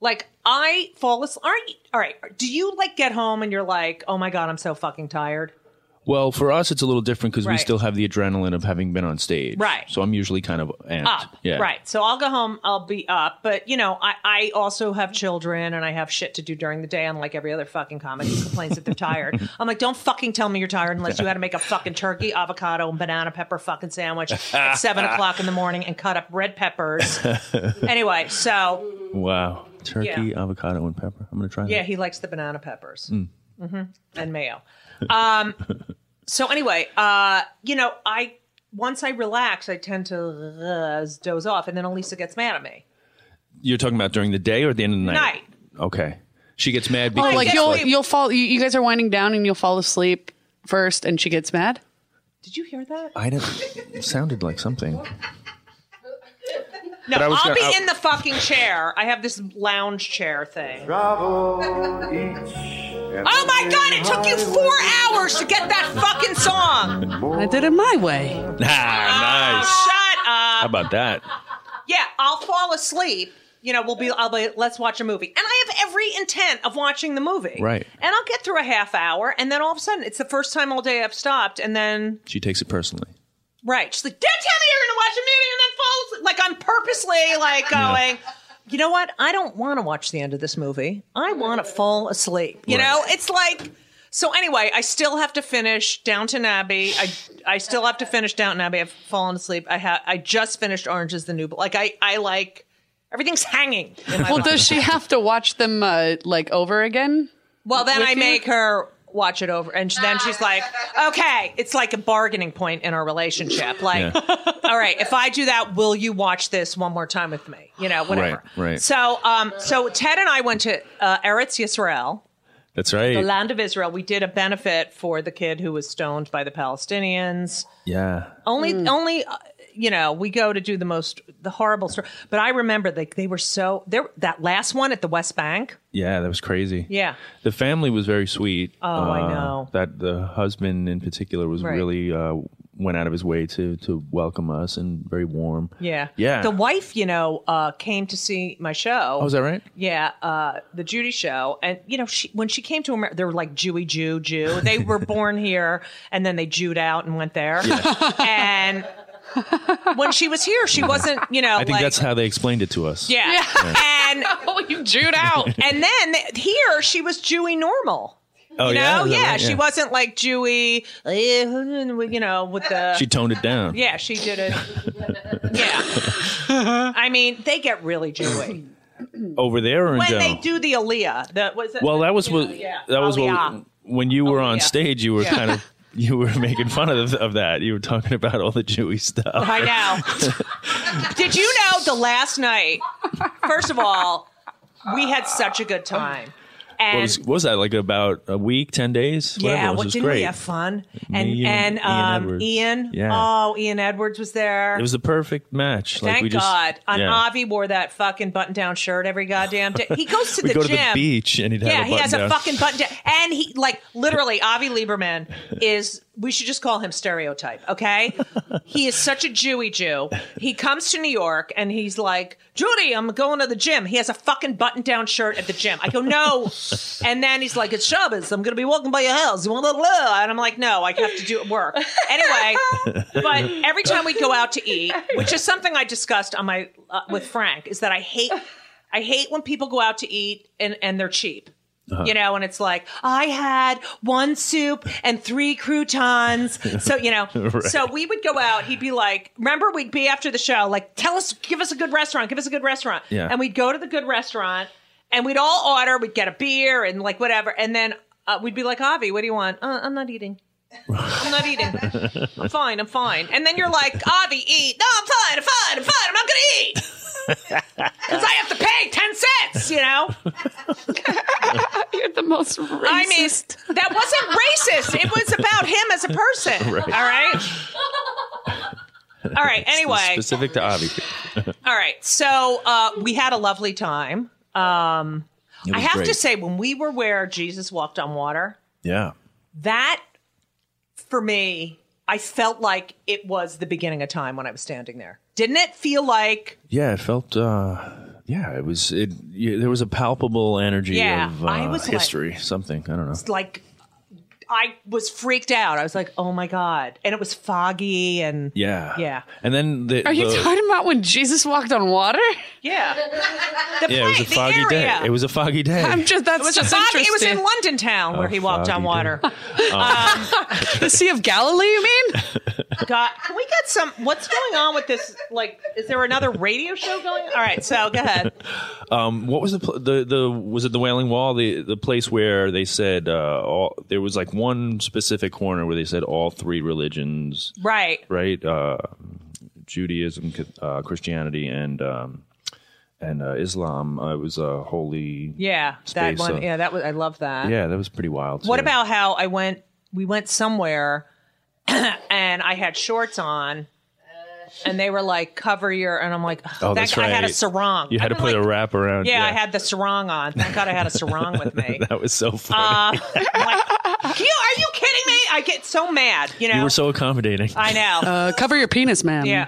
Speaker 1: like I fall asleep. Aren't you, all right. Do you like get home and you're like, oh my god, I'm so fucking tired.
Speaker 4: Well, for us, it's a little different because
Speaker 1: Right.
Speaker 4: we still have the adrenaline of having been on stage.
Speaker 1: Right.
Speaker 4: So I'm usually kind of amped.
Speaker 1: Up.
Speaker 4: Yeah.
Speaker 1: Right. So I'll go home. I'll be up. But you know, I, I also have children and I have shit to do during the day. Unlike every other fucking comic who complains that they're tired. I'm like, don't fucking tell me you're tired unless you had to make a fucking turkey, avocado, and banana pepper fucking sandwich at seven o'clock in the morning and cut up red peppers. anyway, so
Speaker 4: Wow. Turkey,
Speaker 1: Yeah.
Speaker 4: avocado, and pepper. I'm gonna try
Speaker 1: yeah,
Speaker 4: that.
Speaker 1: he likes the banana peppers hmm and mayo. Um, so anyway, uh, you know, I once I relax, I tend to uh, doze off, and then Elisa gets mad at me.
Speaker 4: You're talking about during the day or at the end of the night?
Speaker 1: Night.
Speaker 4: Okay. She gets mad
Speaker 3: Oh,
Speaker 4: because
Speaker 3: like
Speaker 1: guess
Speaker 3: you'll
Speaker 1: we-
Speaker 3: you'll fall. You, you guys are winding down and you'll fall asleep first, and she gets mad.
Speaker 1: Did you hear that?
Speaker 4: I don't. It sounded like something.
Speaker 1: No,
Speaker 4: I was
Speaker 1: I'll
Speaker 4: gonna-
Speaker 1: be
Speaker 4: I-
Speaker 1: in the fucking chair. I have this lounge chair thing. Oh my god, it took you four hours to get that fucking song.
Speaker 3: I did it my way.
Speaker 4: Ah, nice.
Speaker 1: Shut
Speaker 4: How
Speaker 1: up.
Speaker 4: about that?
Speaker 1: Yeah, I'll fall asleep. You know, we'll be I'll be let's watch a movie. And I have every intent of watching the movie.
Speaker 4: Right.
Speaker 1: And I'll get through a half hour and then all of a sudden it's the first time all day I've stopped and then
Speaker 4: She takes it personally.
Speaker 1: Right. She's like, Don't tell me you're gonna watch a movie and then fall asleep. Like I'm purposely like going You know what? I don't want to watch the end of this movie. I want to fall asleep. You
Speaker 4: Right.
Speaker 1: know, it's like so. Anyway, I still have to finish Downton Abbey. I I still have to finish Downton Abbey. I've fallen asleep. I ha- I just finished Orange Is the New. Bl- Like I I like everything's hanging. In my
Speaker 3: Well,
Speaker 1: well,
Speaker 3: does she have to watch them uh, like over again?
Speaker 1: well, then
Speaker 3: with
Speaker 1: I
Speaker 3: you?
Speaker 1: make her watch it over, and then she's like, "Okay, it's like a bargaining point in our relationship. Like, all right, if I do that, will you watch this one more time with me? You know, whatever.
Speaker 4: Right, right.
Speaker 1: So, um, so Ted and I went to uh, Eretz Yisrael.
Speaker 4: That's right.
Speaker 1: the land of Israel. We did a benefit for the kid who was stoned by the Palestinians.
Speaker 4: yeah.
Speaker 1: Only, only, uh, you know, we go to do the most the horrible story. But I remember like they were so there. That last one at the West Bank.
Speaker 4: Yeah, that was crazy.
Speaker 1: Yeah.
Speaker 4: The family was very sweet. Oh,
Speaker 1: I know.
Speaker 4: That the husband in particular was
Speaker 1: Right.
Speaker 4: really uh, went out of his way to to welcome us and very warm.
Speaker 1: Yeah.
Speaker 4: Yeah.
Speaker 1: The wife, you know, uh, came to see my show.
Speaker 4: Oh, is that right?
Speaker 1: Yeah, uh, the Judy show, and you know, she when she came to America, they were like Jewy Jew Jew. They were born here, and then they Jewed out and went there. And when she was here, she wasn't, you know,
Speaker 4: I think
Speaker 1: like,
Speaker 4: that's how they explained it to us.
Speaker 1: yeah. And
Speaker 3: Oh, you Jude out.
Speaker 1: and then here she was Jewy normal.
Speaker 4: Oh,
Speaker 1: You
Speaker 4: yeah.
Speaker 1: know,
Speaker 4: Is that
Speaker 1: yeah,
Speaker 4: right?
Speaker 1: she wasn't like Jewy, eh, you know, with the
Speaker 4: She toned it down.
Speaker 1: yeah, she did it. yeah, I mean, they get really Jewy.
Speaker 4: Over there or in
Speaker 1: when
Speaker 4: general?
Speaker 1: they do the Aliyah. That was
Speaker 4: well, that was what that was
Speaker 1: Aliyah.
Speaker 4: what when you were on
Speaker 1: Aliyah.
Speaker 4: stage, you were kind of you were making fun of of that. You were talking about all the Jewy stuff.
Speaker 1: I know. Did you know the last night? First of all, we had such a good time. And
Speaker 4: What was, what was that like about a week, ten days? Whatever.
Speaker 1: yeah,
Speaker 4: it was,
Speaker 1: what
Speaker 4: it was
Speaker 1: didn't
Speaker 4: great.
Speaker 1: we have fun? And
Speaker 4: Me
Speaker 1: and,
Speaker 4: and Ian
Speaker 1: um,
Speaker 4: Edwards.
Speaker 1: Ian,
Speaker 4: Yeah.
Speaker 1: oh, Ian Edwards was there.
Speaker 4: It was the perfect match. like
Speaker 1: Thank
Speaker 4: we just,
Speaker 1: God. And
Speaker 4: yeah.
Speaker 1: Avi wore that fucking button-down shirt every goddamn day. He goes to
Speaker 4: we
Speaker 1: the
Speaker 4: go
Speaker 1: gym.
Speaker 4: to the beach and he'd
Speaker 1: Yeah,
Speaker 4: have a
Speaker 1: he has
Speaker 4: button
Speaker 1: a
Speaker 4: down.
Speaker 1: fucking button down. And he, like, literally, Avi Lieberman is, we should just call him stereotype, okay? he is such a Jewy Jew. He comes to New York and he's like, Judy, I'm going to the gym. He has a fucking button down shirt at the gym. I go, no. and then he's like, it's Shabbos. I'm going to be walking by your house. You want to blah. And I'm like, no, I have to do it work. Anyway, but every time we go out to eat, which is something I discussed on my, uh, with Frank, is that I hate, I hate when people go out to eat and, and they're cheap. You know, and it's like, I had one soup and three croutons. So, you know, so we would go out. He'd be like, remember, we'd be after the show, like, tell us, give us a good restaurant, give us a good restaurant.
Speaker 4: Yeah.
Speaker 1: And we'd go to the good restaurant and we'd all order, we'd get a beer and like whatever. And then uh, we'd be like, Avi, what do you want? Uh, I'm not eating. I'm not eating. I'm fine. I'm fine. And then you're like, Avi, eat. No, I'm fine. I'm fine. I'm fine. I'm not going to eat. Because I have to pay 10 cents, you know?
Speaker 3: You're the most racist.
Speaker 1: I mean, that wasn't racist. It was about him as a person.
Speaker 4: Right.
Speaker 1: All right. All right. Anyway.
Speaker 4: Specific to Avi.
Speaker 1: All right. So uh, we had a lovely time. Um, I have to
Speaker 4: great.
Speaker 1: say, when we were where Jesus walked on water,
Speaker 4: Yeah.
Speaker 1: that for me, I felt like it was the beginning of time when I was standing there. Didn't it feel like?
Speaker 4: Yeah, it felt. Uh, yeah, it was. It you, there was a palpable energy
Speaker 1: Yeah,
Speaker 4: of uh,
Speaker 1: I was like-
Speaker 4: history. something I don't know.
Speaker 1: like I was freaked out. I was like, "Oh my god!" And it was foggy, and
Speaker 4: Yeah.
Speaker 1: Yeah.
Speaker 4: And then the.
Speaker 3: Are you
Speaker 4: the-
Speaker 3: talking about when Jesus walked on water?
Speaker 1: yeah, the
Speaker 4: Yeah, it was a
Speaker 1: the
Speaker 4: foggy
Speaker 1: area.
Speaker 4: day. It was a foggy day.
Speaker 3: I'm just that's
Speaker 1: It was a
Speaker 3: just
Speaker 1: foggy. It was
Speaker 3: interesting.
Speaker 1: in London town where he walked on
Speaker 4: foggy
Speaker 1: water.
Speaker 3: the Sea of Galilee. You mean?
Speaker 1: God, can we get some? What's going on with this? Like, is there another radio show going? on? All right, so go ahead.
Speaker 4: what was the pl- the the was it the Wailing Wall the the place where they said uh, all, there was like one specific corner where they said all three religions
Speaker 1: Right.
Speaker 4: right uh, Judaism c- uh, Christianity and um, and uh, Islam uh, it was a holy
Speaker 1: Yeah, that
Speaker 4: Space,
Speaker 1: one.
Speaker 4: uh,
Speaker 1: yeah, that was. I love that.
Speaker 4: yeah that was pretty wild
Speaker 1: What
Speaker 4: too.
Speaker 1: about how I went? We went somewhere, and I had shorts on. And they were like, cover your, and I'm like,
Speaker 4: Oh,
Speaker 1: that,
Speaker 4: that's
Speaker 1: I had a
Speaker 4: right.
Speaker 1: sarong.
Speaker 4: You had to
Speaker 1: I've been
Speaker 4: put
Speaker 1: like,
Speaker 4: a wrap around.
Speaker 1: Yeah, I had the sarong on. Thank God I had a sarong with me.
Speaker 4: That was so funny.
Speaker 1: Uh, I'm like, you, are you kidding me? I get so mad. You know,
Speaker 4: you were so Um, accommodating.
Speaker 1: I know.
Speaker 3: Uh, cover your penis, man.
Speaker 1: yeah.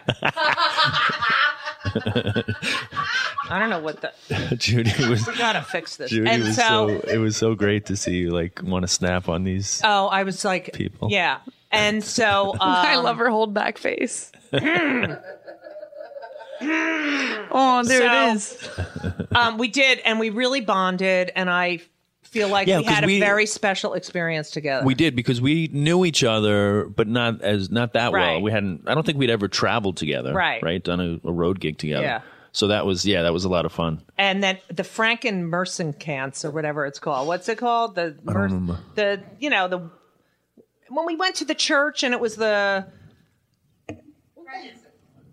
Speaker 1: I don't know what the.
Speaker 4: Judy was.
Speaker 1: We gotta fix this.
Speaker 4: Judy
Speaker 1: and
Speaker 4: was
Speaker 1: so,
Speaker 4: so, It was so great to see you like want to snap on these.
Speaker 1: oh, I was like,
Speaker 4: People.
Speaker 1: Yeah. And so, um,
Speaker 6: I love her hold back face. oh, there
Speaker 1: So-
Speaker 6: it is.
Speaker 1: um, we did, and we really bonded, and I feel like
Speaker 4: Yeah,
Speaker 1: we had
Speaker 4: 'cause
Speaker 1: a
Speaker 4: we-
Speaker 1: very special experience together.
Speaker 4: we did because we knew each other, but not as not that well.
Speaker 1: Right.
Speaker 4: We hadn't. I don't think we'd ever traveled together.
Speaker 1: Right.
Speaker 4: Right. Done a, a road gig together.
Speaker 1: Yeah.
Speaker 4: So that was yeah, that was a lot of fun.
Speaker 1: and then the Frankenmersenkants or whatever it's called. What's it called? The Mer- the you know the when we went to the church and it was the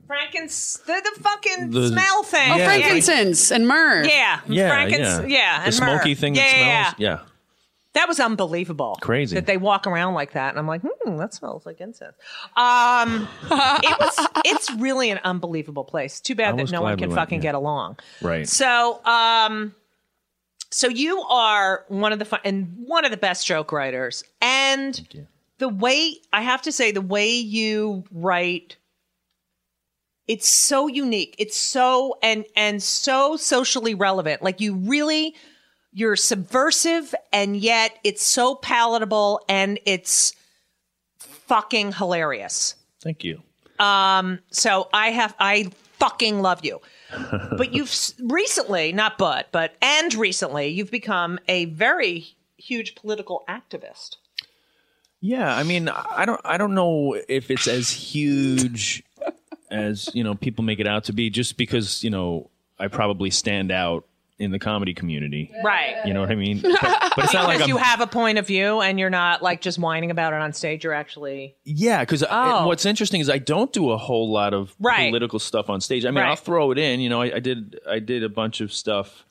Speaker 1: Frankens the, the fucking
Speaker 4: The-
Speaker 1: smell thing.
Speaker 4: Oh,
Speaker 1: yeah,
Speaker 3: Frankincense and myrrh.
Speaker 1: yeah,
Speaker 4: Yeah,
Speaker 1: Frankens, yeah,
Speaker 4: yeah.
Speaker 1: and
Speaker 4: the
Speaker 1: myrrh.
Speaker 4: smoky thing
Speaker 1: Yeah,
Speaker 4: that
Speaker 1: yeah,
Speaker 4: smells.
Speaker 1: yeah.
Speaker 4: Yeah.
Speaker 1: That was unbelievable.
Speaker 4: Crazy.
Speaker 1: that they walk around like that, and I'm like, hmm, that smells like incense. Um, it was. It's really an unbelievable place. Too bad that
Speaker 4: was
Speaker 1: no one
Speaker 4: glad we
Speaker 1: can
Speaker 4: went,
Speaker 1: fucking
Speaker 4: yeah.
Speaker 1: get along.
Speaker 4: Right.
Speaker 1: So, um, so you are one of the fun and one of the best joke writers, and the way I have to say the way you write, it's so unique. It's so and and so socially relevant. Like you really, you're subversive, and yet it's so palatable, and it's fucking hilarious.
Speaker 4: Thank you.
Speaker 1: So I have I fucking love you. But you've s- recently, not but, but and recently, you've become a very huge political activist.
Speaker 4: Yeah, I mean, I don't, I don't know if it's as huge as you know people make it out to be, just because you know I probably stand out in the comedy community.
Speaker 1: Right.
Speaker 4: You know what I mean? But, but it's not like
Speaker 1: Because
Speaker 4: I'm.
Speaker 1: you have a point of view and you're not like just whining about it on stage, you're actually
Speaker 4: yeah, because
Speaker 1: Oh.
Speaker 4: what's interesting is I don't do a whole lot of
Speaker 1: Right.
Speaker 4: political stuff on stage. I mean,
Speaker 1: Right.
Speaker 4: I'll throw it in. You know, I, I did, I did a bunch of stuff,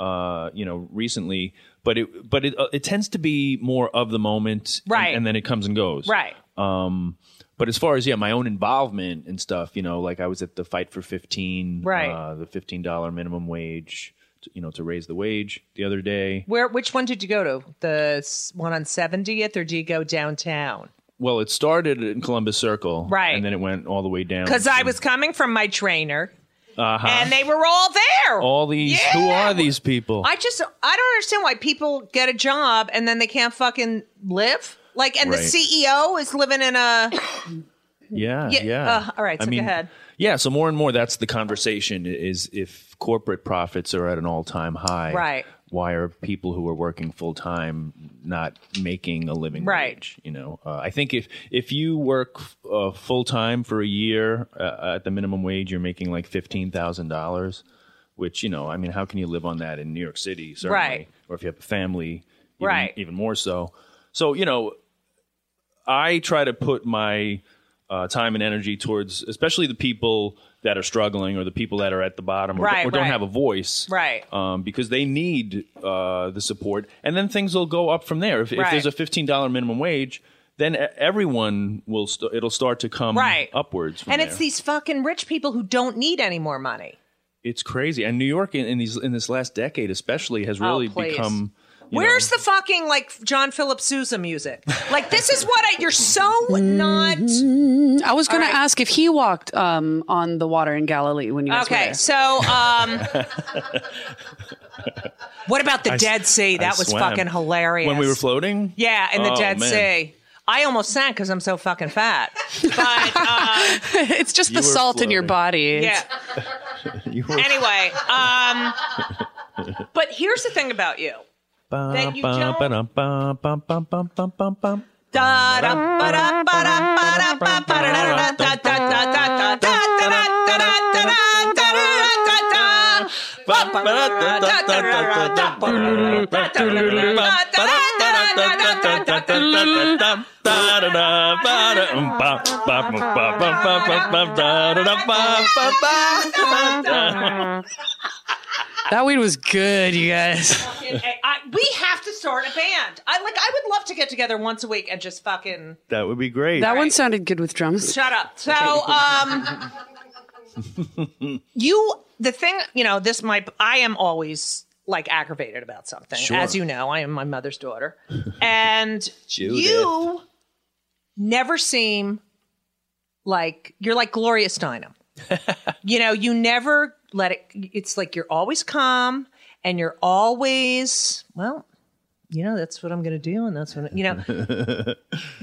Speaker 4: uh, you know, recently, but it, but it, uh, it tends to be more of the moment, and-
Speaker 1: Right.
Speaker 4: And, then it comes and goes,
Speaker 1: Right.
Speaker 4: Um, but as far as yeah, my own involvement and stuff, you know, like I was at the fight for fifteen,
Speaker 1: Right.
Speaker 4: Uh, the fifteen dollar minimum wage, to, you know, to raise the wage the other day.
Speaker 1: Where which one did you go to? The s- one on 70th or do you go downtown?
Speaker 4: Well, it started in Columbus Circle,
Speaker 1: Right.
Speaker 4: and then it went all the way down. Uh-huh.
Speaker 1: Cuz I was coming from my trainer. And they were all there.
Speaker 4: all these. Who
Speaker 1: Yeah.
Speaker 4: are these people?
Speaker 1: I just I don't understand why people get a job and then they can't fucking live. Like, and the
Speaker 4: Right.
Speaker 1: CEO is living in a
Speaker 4: yeah, yeah.
Speaker 1: uh, all right, so go ahead.
Speaker 4: Yeah, so more and more, that's the conversation: is if corporate profits are at an all-time high,
Speaker 1: Right.
Speaker 4: Why are people who are working full time not making a living
Speaker 1: Right.
Speaker 4: wage? You know, uh, I think if if you work uh, full time for a year uh, at the minimum wage, you're making like fifteen thousand dollars, which you know, I mean, how can you live on that in New York City? Certainly,
Speaker 1: Right.
Speaker 4: or if you have a family, even,
Speaker 1: Right.
Speaker 4: even more so. So you know, I try to put my uh, time and energy towards, especially the people that are struggling or the people that are at the bottom or,
Speaker 1: Right,
Speaker 4: or don't
Speaker 1: right.
Speaker 4: have a voice,
Speaker 1: Right.
Speaker 4: Um, because they need uh, the support, and then things will go up from there. If, if
Speaker 1: Right.
Speaker 4: there's a fifteen dollar minimum wage, then e- everyone will st- it'll start to come
Speaker 1: Right.
Speaker 4: upwards. From
Speaker 1: and it's
Speaker 4: there.
Speaker 1: these fucking rich people who don't need any more money.
Speaker 4: it's crazy, and New York in, in these in this last decade especially has
Speaker 1: Oh,
Speaker 4: really
Speaker 1: please.
Speaker 4: become. you
Speaker 1: Where's
Speaker 4: know-
Speaker 1: the fucking like John Philip Sousa music? Like this is what I you're so not
Speaker 4: Mm-hmm.
Speaker 3: I was going to ask if he walked um, on the water in Galilee when you guys were
Speaker 1: Okay,
Speaker 3: there.
Speaker 1: so um What about the Dead Sea?
Speaker 4: I
Speaker 1: That was
Speaker 4: swam.
Speaker 1: fucking hilarious.
Speaker 4: when we were floating.
Speaker 1: Yeah, in the
Speaker 4: Oh,
Speaker 1: Dead
Speaker 4: man.
Speaker 1: Sea. I almost sank because I'm so fucking fat. But um,
Speaker 3: it's just
Speaker 4: You
Speaker 3: the
Speaker 4: were
Speaker 3: salt in your body.
Speaker 4: floating.
Speaker 1: yeah.
Speaker 4: You were
Speaker 1: Anyway, um, but here's the thing about you. That you don't-
Speaker 3: That weed was good, you guys.
Speaker 1: I, we have to start a band. I like. I would love to get together once a week and just fucking
Speaker 4: That would be great.
Speaker 3: That one sounded good with drums.
Speaker 1: shut up. So, um, you the thing you know this my I am always like aggravated about something,
Speaker 4: Sure.
Speaker 1: as you know. I am my mother's daughter, and you never seem like you're like Gloria Steinem. you know, you never let it. It's like you're always calm, and you're always well. You know, that's what I'm going to do, and that's what you know.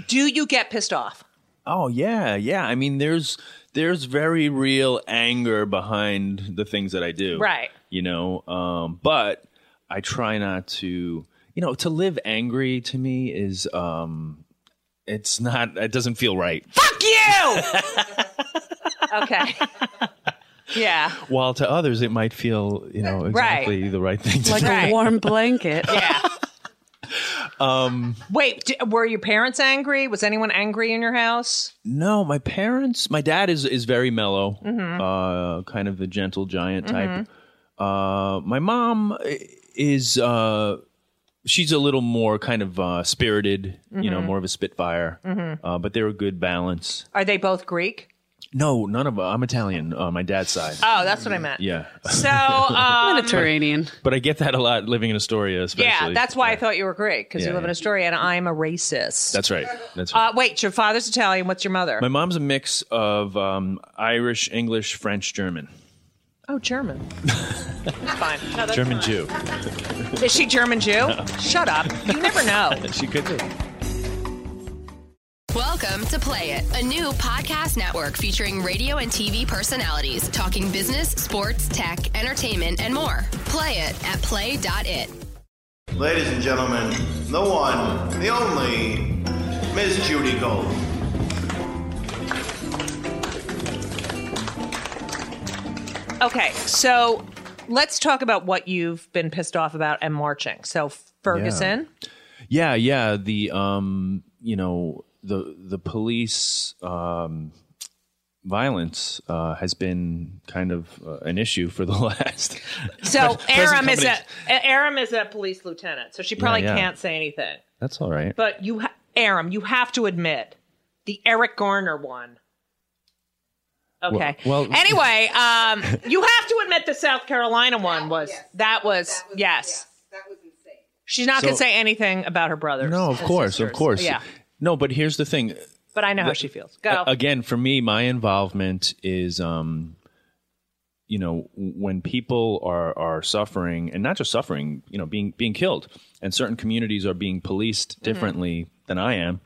Speaker 1: do you get pissed off?
Speaker 4: Oh yeah, yeah. I mean, there's there's very real anger behind the things that I do.
Speaker 1: Right.
Speaker 4: You know, um, but I try not to. You know, to live angry to me is um, it's not. It doesn't feel right.
Speaker 1: Fuck you. okay. Yeah.
Speaker 4: While to others, it might feel you know exactly the right thing to
Speaker 3: Like
Speaker 4: do.
Speaker 1: Right.
Speaker 3: a warm blanket.
Speaker 1: Yeah. Um. Wait. D- were your parents angry? Was anyone angry in your house?
Speaker 4: No, my parents. My dad is is very mellow, uh, kind of a gentle giant type. Uh, my mom i- is uh, she's a little more kind of uh, spirited, you know, more of a spitfire. Uh, but they're a good balance.
Speaker 1: Are they both Greek?
Speaker 4: No, none of uh, I'm Italian on my dad's side.
Speaker 1: Oh, that's what I meant.
Speaker 4: yeah,
Speaker 1: So, um,
Speaker 3: Mediterranean.
Speaker 4: but I get that a lot living in Astoria, especially.
Speaker 1: yeah, that's why I thought you were Greek because you
Speaker 4: Yeah,
Speaker 1: live in
Speaker 4: yeah.
Speaker 1: Astoria, and I'm a racist.
Speaker 4: that's right. That's right.
Speaker 1: Uh, wait, your father's Italian. What's your mother?
Speaker 4: my mom's a mix of um, Irish, English, French, German,
Speaker 1: oh, German. that's fine. No, that's
Speaker 4: German
Speaker 1: fine.
Speaker 4: Jew.
Speaker 1: Is she German Jew? Shut up. You never know.
Speaker 4: She could be.
Speaker 5: Welcome to Play It, a new podcast network featuring radio and TV personalities talking business, sports, tech, entertainment, and more. Play it at play.it.
Speaker 2: Ladies and gentlemen, the one, the only, Miss Judy Gold.
Speaker 1: Okay, so let's talk about what you've been pissed off about and marching. So Ferguson,
Speaker 4: Yeah, yeah. The um, you know, the the police um, violence uh, has been kind of uh, an issue for the last.
Speaker 1: so Aram
Speaker 4: Present
Speaker 1: is a
Speaker 4: companies.
Speaker 1: Aram is a police lieutenant, so she probably
Speaker 4: yeah.
Speaker 1: can't say anything.
Speaker 4: That's all right.
Speaker 1: But you, ha- Aram, you have to admit the Eric Garner one. Okay.
Speaker 4: Well- well-
Speaker 1: anyway, um, you have to admit the South Carolina one was that was yes.
Speaker 7: That was insane.
Speaker 1: She's not gonna
Speaker 4: So-
Speaker 1: say anything about her brothers.
Speaker 4: no, of
Speaker 1: and
Speaker 4: course,
Speaker 1: sisters.
Speaker 4: of course.
Speaker 1: Yeah,
Speaker 4: No, but here's the thing.
Speaker 1: but I know how she feels. Go.
Speaker 4: A- again, for me, my involvement is, um, you know, when people are are suffering, and not just suffering, you know, being being killed, and certain communities are being policed differently than I am.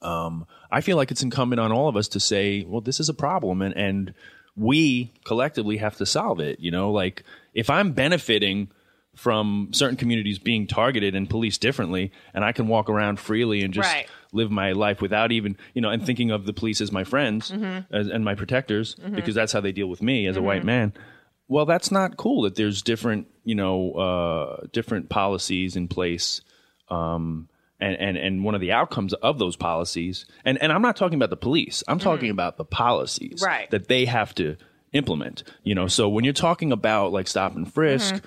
Speaker 4: Um, I feel like it's incumbent on all of us to say, well, this is a problem, and and we collectively have to solve it. You know, like if I'm benefiting from certain communities being targeted and policed differently, and I can walk around freely and just
Speaker 1: Right.
Speaker 4: live my life without even you know and thinking of the police as my friends as, and my protectors because that's how they deal with me as a white man well that's not cool that there's different you know uh, different policies in place um, and, and and one of the outcomes of those policies and and i'm not talking about the police i'm talking about the policies
Speaker 1: Right.
Speaker 4: that they have to implement you know so when you're talking about like stop and frisk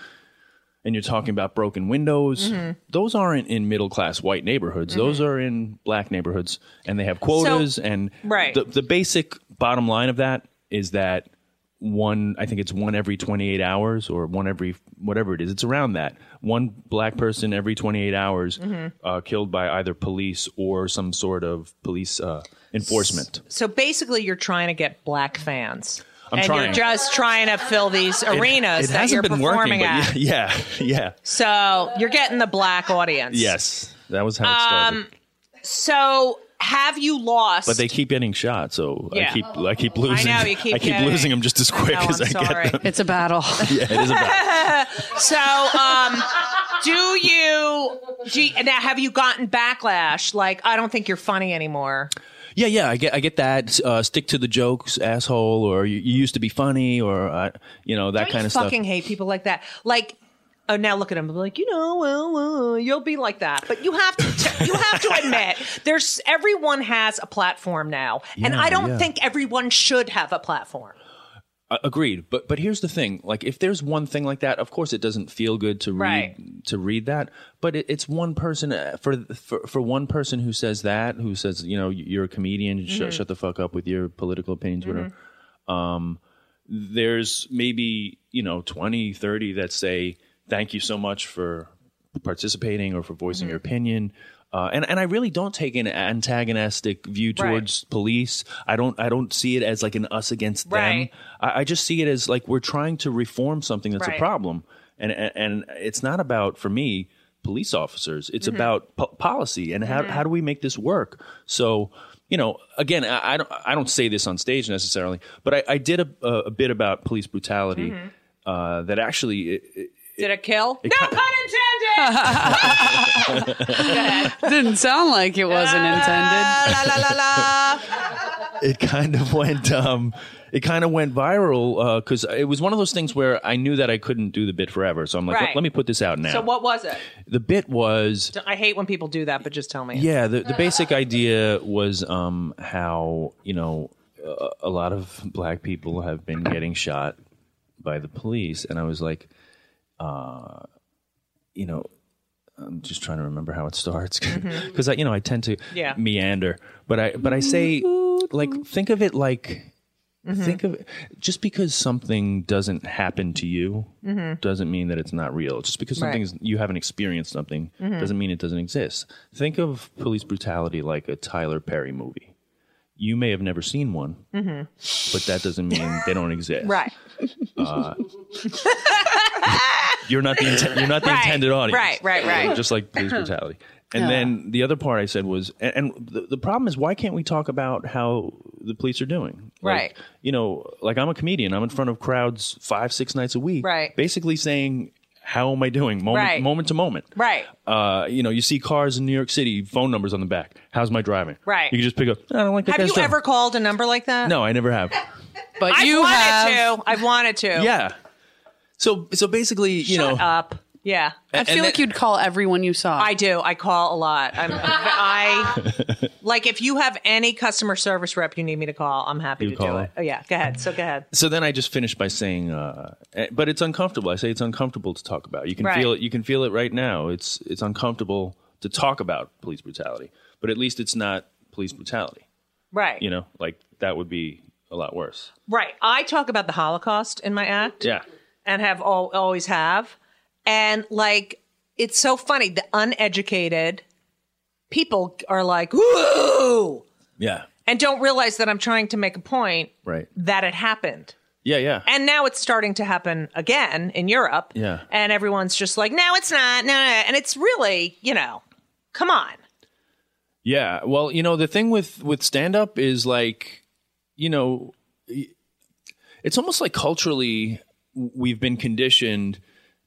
Speaker 4: and you're talking about broken windows,
Speaker 1: Mm-hmm.
Speaker 4: those aren't in middle class white neighborhoods. Those are in black neighborhoods, and they have quotas. and
Speaker 1: Right.
Speaker 4: the, the basic bottom line of that is that one, I think it's one every 28 hours or one every whatever it is. It's around that one black person every 28 hours
Speaker 1: Mm-hmm.
Speaker 4: uh, killed by either police or some sort of police uh, enforcement.
Speaker 1: So basically, you're trying to get black fans.
Speaker 4: I'm
Speaker 1: and you're
Speaker 4: trying.
Speaker 1: just trying to fill these arenas
Speaker 4: it
Speaker 1: that
Speaker 4: hasn't
Speaker 1: you're
Speaker 4: been
Speaker 1: performing
Speaker 4: working, but
Speaker 1: at.
Speaker 4: yeah, yeah, yeah.
Speaker 1: So you're getting the black audience.
Speaker 4: yes. That was how it
Speaker 1: Um,
Speaker 4: started.
Speaker 1: So have you lost?
Speaker 4: But they keep getting shot, so
Speaker 1: Yeah. Oh,
Speaker 4: I keep I keep losing.
Speaker 1: know, you keep
Speaker 4: I keep
Speaker 1: getting-
Speaker 4: losing them just as quick
Speaker 1: No,
Speaker 4: as
Speaker 1: I'm
Speaker 4: I
Speaker 1: sorry.
Speaker 4: get them.
Speaker 3: It's a battle.
Speaker 4: Yeah, it is a battle.
Speaker 1: So um, do you? Do you- now have you gotten backlash? Like I don't think you're funny anymore.
Speaker 4: yeah, yeah. I get I get that. Uh, stick to the jokes, asshole, or you, you used to be funny, or uh, you know that
Speaker 1: I
Speaker 4: kind of stuff.
Speaker 1: fucking hate people like that. Like. Oh, now look at him. Like you know, well, well, you'll be like that, but you have to. you have to admit, there's everyone has a platform now, and
Speaker 4: Yeah,
Speaker 1: I don't
Speaker 4: yeah.
Speaker 1: think everyone should have a platform.
Speaker 4: Uh, agreed, but but here's the thing: like, if there's one thing like that, of course, it doesn't feel good to read
Speaker 8: Right.
Speaker 4: to read that. But it, it's one person uh, for, for for one person who says that, who says, you know, you're a comedian,
Speaker 8: Mm-hmm.
Speaker 4: shut shut the fuck up with your political opinions, whatever. Um, there's maybe you know 20, 30 that say thank you so much for participating or for voicing
Speaker 8: Mm-hmm.
Speaker 4: your opinion. Uh, and and I really don't take an antagonistic view
Speaker 8: Right.
Speaker 4: towards police. I don't I don't see it as like an us against
Speaker 8: Right.
Speaker 4: them. I, I just see it as like we're trying to reform something that's
Speaker 8: Right.
Speaker 4: a problem, and, and and it's not about for me police officers. It's about po- policy and how how do we make this work? So you know, again, I, I don't I don't say this on stage necessarily, but I, I did a, a, a bit about police brutality uh, that actually it, it,
Speaker 1: Did it kill?
Speaker 8: No pun intended.
Speaker 3: Didn't sound like it wasn't intended.
Speaker 1: La, la, la, la.
Speaker 4: it kind of went um it kind of went viral because it was one of those things where I knew that I couldn't do the bit forever, so I'm like,
Speaker 8: Right.
Speaker 4: let, let me put this out now.
Speaker 1: So what was it?
Speaker 4: the bit was
Speaker 1: I hate when people do that, but just tell me.
Speaker 4: Yeah, the, the basic idea was um, how, you know, a, a lot of black people have been getting shot by the police. And I was like, uh, you know, I'm just trying to remember how it starts because I, you know, I tend to
Speaker 1: Mm-hmm. Yeah. Mm-hmm.
Speaker 4: meander, but I, but I say, like, think of it like, think of it, just because something doesn't happen to you doesn't mean that it's not real. Just because
Speaker 1: Mm-hmm. Right. Mm-hmm.
Speaker 4: something's you haven't experienced something doesn't mean it doesn't exist. Think of police brutality like a Tyler Perry movie. You may have never seen one, but that doesn't mean they don't exist.
Speaker 1: Mm-hmm.
Speaker 4: Uh,
Speaker 1: Right.
Speaker 4: You're not the inten- you're not the intended audience.
Speaker 1: right, right, right. Uh-huh.
Speaker 4: Just like police brutality. And then the other part I said was, and, and the, the problem is, why can't we talk about how the police are doing? Like,
Speaker 1: Right.
Speaker 4: You know, like I'm a comedian. I'm in front of crowds five, six nights a week.
Speaker 1: Right.
Speaker 4: Basically saying, how am I doing? Moment,
Speaker 1: Right.
Speaker 4: moment to moment.
Speaker 1: Right.
Speaker 4: Uh, you know, you see cars in New York City, phone numbers on the back. How's my driving?
Speaker 1: Right.
Speaker 4: You can just pick up. I don't like that
Speaker 1: Have
Speaker 4: guy's
Speaker 1: you
Speaker 4: driving."
Speaker 1: ever called a number like that?
Speaker 4: No, I never have.
Speaker 3: But
Speaker 1: I've
Speaker 3: you
Speaker 1: wanted
Speaker 3: have.
Speaker 1: to. I've wanted to.
Speaker 4: yeah. So, so basically, you know,
Speaker 1: Shut up. Yeah.
Speaker 3: I feel like you'd call everyone you saw.
Speaker 1: I do. I call a lot. I'm, I like if you have any customer service rep you need me to call, I'm happy
Speaker 4: You
Speaker 1: to do
Speaker 4: call.
Speaker 1: it. Oh yeah, go ahead. So go ahead.
Speaker 4: so then I just finished by saying, uh, eh, but it's uncomfortable. I say it's uncomfortable to talk about. You can
Speaker 1: Right.
Speaker 4: feel it. You can feel it right now. It's it's uncomfortable to talk about police brutality, but at least it's not police brutality.
Speaker 1: Right.
Speaker 4: You know, like that would be a lot worse.
Speaker 1: Right. I talk about the Holocaust in my act
Speaker 4: Yeah.
Speaker 1: and have all, always have. And like it's so funny the uneducated people are like, "Ooh."
Speaker 4: Yeah.
Speaker 1: And don't realize that I'm trying to make a point
Speaker 4: Right.
Speaker 1: that it happened.
Speaker 4: Yeah. Yeah.
Speaker 1: And now it's starting to happen again in Europe.
Speaker 4: Yeah.
Speaker 1: And everyone's just like, no, it's not. No, no. no." And it's really, you know, come on.
Speaker 4: Yeah. Well, you know, the thing with with stand up is like, you know, y- it's almost like culturally w- we've been conditioned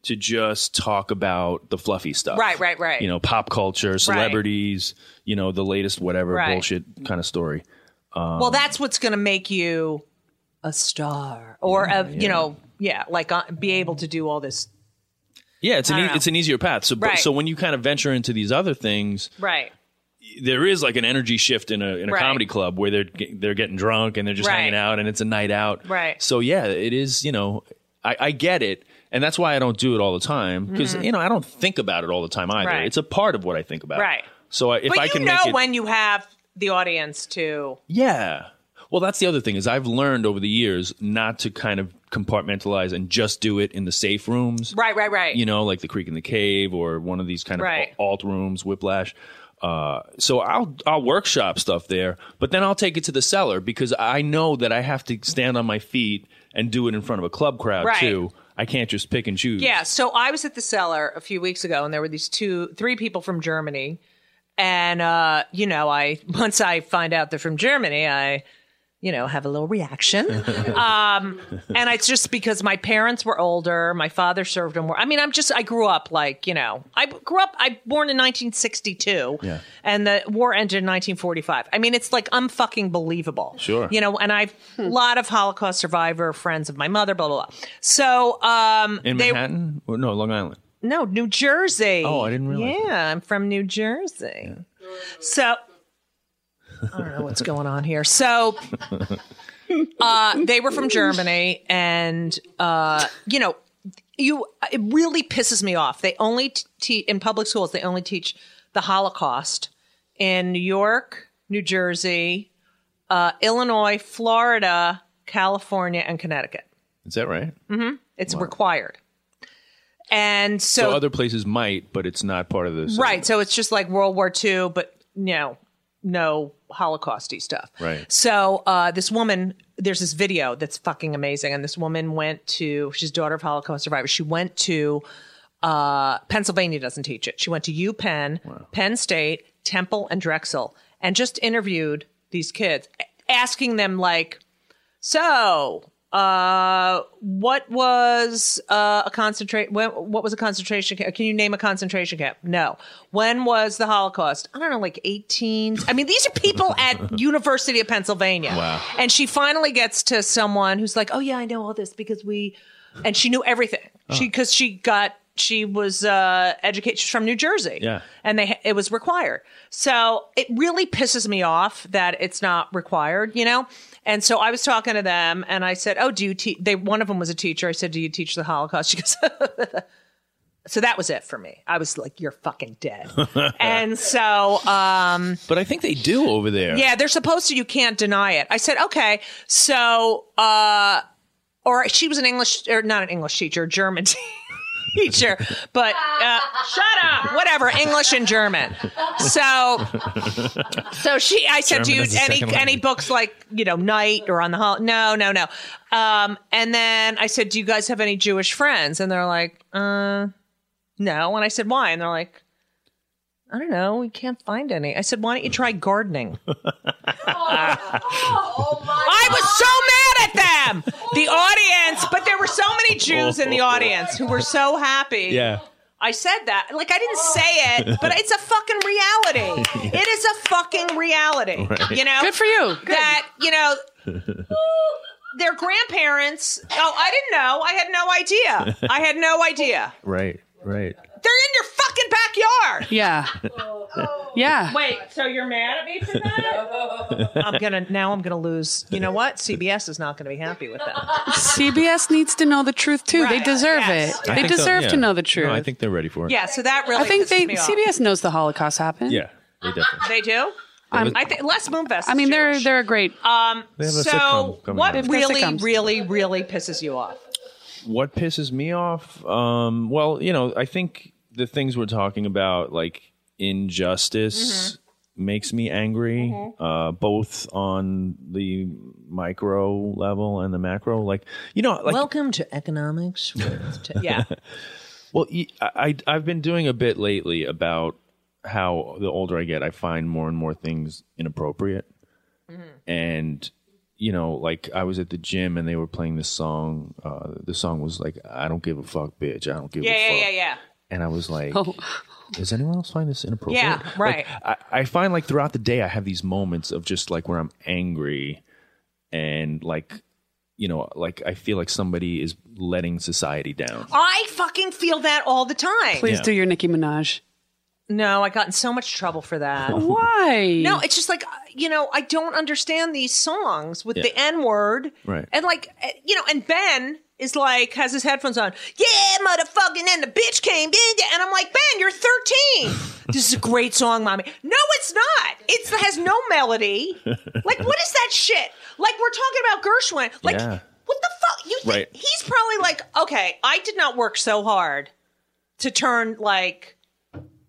Speaker 4: to just talk about the fluffy stuff.
Speaker 1: Right, right, right.
Speaker 4: You know, pop culture, celebrities, you know, the latest whatever
Speaker 1: Right.
Speaker 4: bullshit kind of story.
Speaker 1: well, that's what's going to make you a star or, a, you know, yeah, like uh, be able to do all this.
Speaker 4: Yeah, it's an
Speaker 1: I
Speaker 4: e-
Speaker 1: don't know.
Speaker 4: it's an easier path. So but-
Speaker 1: Right.
Speaker 4: so when you kind of venture into these other things,
Speaker 1: Right.
Speaker 4: there is like an energy shift in a in a
Speaker 1: Right.
Speaker 4: comedy club where they're ge- they're getting drunk and they're just
Speaker 1: Right.
Speaker 4: hanging out and it's a night out.
Speaker 1: Right.
Speaker 4: So yeah, it is. You know, I, I get it, and that's why I don't do it all the time because you know I don't think about it all the time either.
Speaker 1: Mm-hmm. Right.
Speaker 4: It's a part of what I think about.
Speaker 1: Right.
Speaker 4: So I, if
Speaker 1: But
Speaker 4: I
Speaker 1: you
Speaker 4: can
Speaker 1: know
Speaker 4: make it,
Speaker 1: when you have the audience to.
Speaker 4: yeah. Well, that's the other thing is I've learned over the years not to kind of compartmentalize and just do it in the safe rooms
Speaker 1: Right, right, right.
Speaker 4: you know, like the Creek in the Cave or one of these kind of
Speaker 1: Right.
Speaker 4: alt rooms, Whiplash. Uh, so I'll I'll workshop stuff there, but then I'll take it to the cellar because I know that I have to stand on my feet and do it in front of a club crowd
Speaker 1: Right.
Speaker 4: too. I can't just pick and choose.
Speaker 1: Yeah, so I was at the cellar a few weeks ago, and there were these two, three people from Germany, and uh, you know, I once I find out they're from Germany, I, you know, have a little reaction, um, and it's just because my parents were older, my father served in war. I mean, I'm just I grew up like you know, I grew up. I born in 1962,
Speaker 4: Yeah.
Speaker 1: and the war ended in 1945. I mean, it's like I'm fucking believable,
Speaker 4: Sure. Hmm.
Speaker 1: you know. And I've a lot of Holocaust survivor friends of my mother, blah blah blah. So. um
Speaker 4: in
Speaker 1: they-
Speaker 4: Manhattan, Or no, Long Island.
Speaker 1: no, New Jersey.
Speaker 4: Oh, I didn't realize
Speaker 1: Yeah, I'm from New Jersey. So I don't know what's going on here. So Uh, they were from Germany, and uh, you know, you it really pisses me off. They only t- te- in public schools they only teach the Holocaust in New York, New Jersey, uh, Illinois, Florida, California, and Connecticut.
Speaker 4: Is that right?
Speaker 1: It's required, and so,
Speaker 4: So other places might, but it's not part of this.
Speaker 1: Right. So it's just like World War II, but no, no Holocausty stuff.
Speaker 4: Right.
Speaker 1: So uh, this woman, there's this video that's fucking amazing, and this woman went to she's daughter of Holocaust survivors. She went to uh, Pennsylvania doesn't teach it. She went to UPenn, Penn State, Temple, and Drexel, and just interviewed these kids, a- asking them like, so. Uh, what was uh, a concentrate? When, what was a concentration camp? Can you name a concentration camp? No. When was the Holocaust? I don't know, like eighteen. I mean, these are people at University of Pennsylvania.
Speaker 4: Wow.
Speaker 1: And she finally gets to someone who's like, "Oh yeah, I know all this because we," and she knew everything. She because she got she was uh educated she's from New Jersey.
Speaker 4: Yeah.
Speaker 1: And they it was required. So it really pisses me off that it's not required, you know? And so I was talking to them and I said, "Oh, do you teach they one of them was a teacher. I said, "Do you teach the Holocaust?" She goes, So that was it for me. I was like, "You're fucking dead." and so
Speaker 4: But I think they do over there.
Speaker 1: yeah, they're supposed to. You can't deny it. I said, okay. So, uh, or she was an English, or not an English teacher, German teacher, but uh, shut up, whatever, English and German. So, so she, I said,
Speaker 4: German is
Speaker 1: do
Speaker 4: a
Speaker 1: you any
Speaker 4: second
Speaker 1: any
Speaker 4: language.
Speaker 1: books like you know Night or on the Hall? No, no, no. Um, and then I said, do you guys have any Jewish friends? And they're like, uh, no. And I said, why? And they're like. I don't know. We can't find any. I said, why don't you try gardening? I was so mad at them, the audience. But there were so many Jews in the audience who were so happy.
Speaker 4: Oh. Yeah.
Speaker 1: I said that. Like, I didn't
Speaker 3: Oh.
Speaker 1: say it, but it's a fucking reality. It is a fucking reality. You know?
Speaker 3: Good for you. Good.
Speaker 1: That, you know, their grandparents. Oh, I didn't know. I had no idea. I had no idea.
Speaker 4: Right. Right.
Speaker 1: They're in your fucking backyard.
Speaker 3: Yeah. Yeah.
Speaker 1: Wait, so you're mad at me for that? I'm gonna now. I'm gonna lose. You know what? CBS is not gonna be happy with that.
Speaker 3: CBS needs to know the truth too. They
Speaker 1: Right,
Speaker 3: deserve
Speaker 1: yes.
Speaker 3: it.
Speaker 4: I
Speaker 3: They
Speaker 4: think so,
Speaker 3: deserve
Speaker 4: yeah.
Speaker 3: to know the truth.
Speaker 4: No, I think they're ready for it.
Speaker 1: Yeah. So that really.
Speaker 3: I think
Speaker 1: pisses
Speaker 3: they
Speaker 1: me off.
Speaker 3: CBS knows the Holocaust happened.
Speaker 4: Yeah. They definitely.
Speaker 1: They do.
Speaker 4: Um,
Speaker 1: I think Les Moonves.
Speaker 3: I mean,
Speaker 1: is
Speaker 3: they're
Speaker 1: Jewish.
Speaker 3: they're a great.
Speaker 4: They have a
Speaker 1: so
Speaker 4: sitcom coming
Speaker 1: what
Speaker 4: out.
Speaker 1: really,
Speaker 3: Sitcoms.
Speaker 1: really, really pisses you off?
Speaker 4: what pisses me off um well you know i think the things we're talking about like injustice
Speaker 3: Mm-hmm.
Speaker 4: makes me angry uh both on the micro level and the macro like you know like
Speaker 1: Welcome to economics. yeah,
Speaker 4: well, y- I, I- I've been doing a bit lately about how the older I get, I find more and more things inappropriate.
Speaker 1: Mm-hmm.
Speaker 4: And, you know, like I was at the gym and they were playing this song. Uh, the song was like, I don't give a fuck, bitch. I don't give
Speaker 1: yeah,
Speaker 4: a
Speaker 1: yeah,
Speaker 4: fuck.
Speaker 1: yeah, yeah.
Speaker 4: And I was like,
Speaker 3: Oh.
Speaker 4: does anyone else find this inappropriate?
Speaker 1: Yeah,
Speaker 4: Like,
Speaker 1: right.
Speaker 4: I, I find like throughout the day, I have these moments of just like where I'm angry and like, you know, like I feel like somebody is letting society down.
Speaker 1: I fucking feel that all the time.
Speaker 3: Please do your Nicki Minaj.
Speaker 1: No, I got in so much trouble for
Speaker 4: Oh,
Speaker 1: that.
Speaker 3: Why?
Speaker 1: No, it's just like uh, you know, I don't understand these songs with
Speaker 4: Yeah.
Speaker 1: the N word,
Speaker 4: Right.
Speaker 1: And like uh, you know, and Ben is like has his headphones on. Yeah, motherfucking, and the bitch came, yeah, yeah. and I'm like, Ben, you're 13. this is a great song, mommy. No, it's not. It's it has no melody. Like, what is that shit? Like we're talking about Gershwin. Like,
Speaker 4: Yeah.
Speaker 1: what the fuck? You think
Speaker 4: Right.
Speaker 1: he's probably like, okay, I did not work so hard to turn like.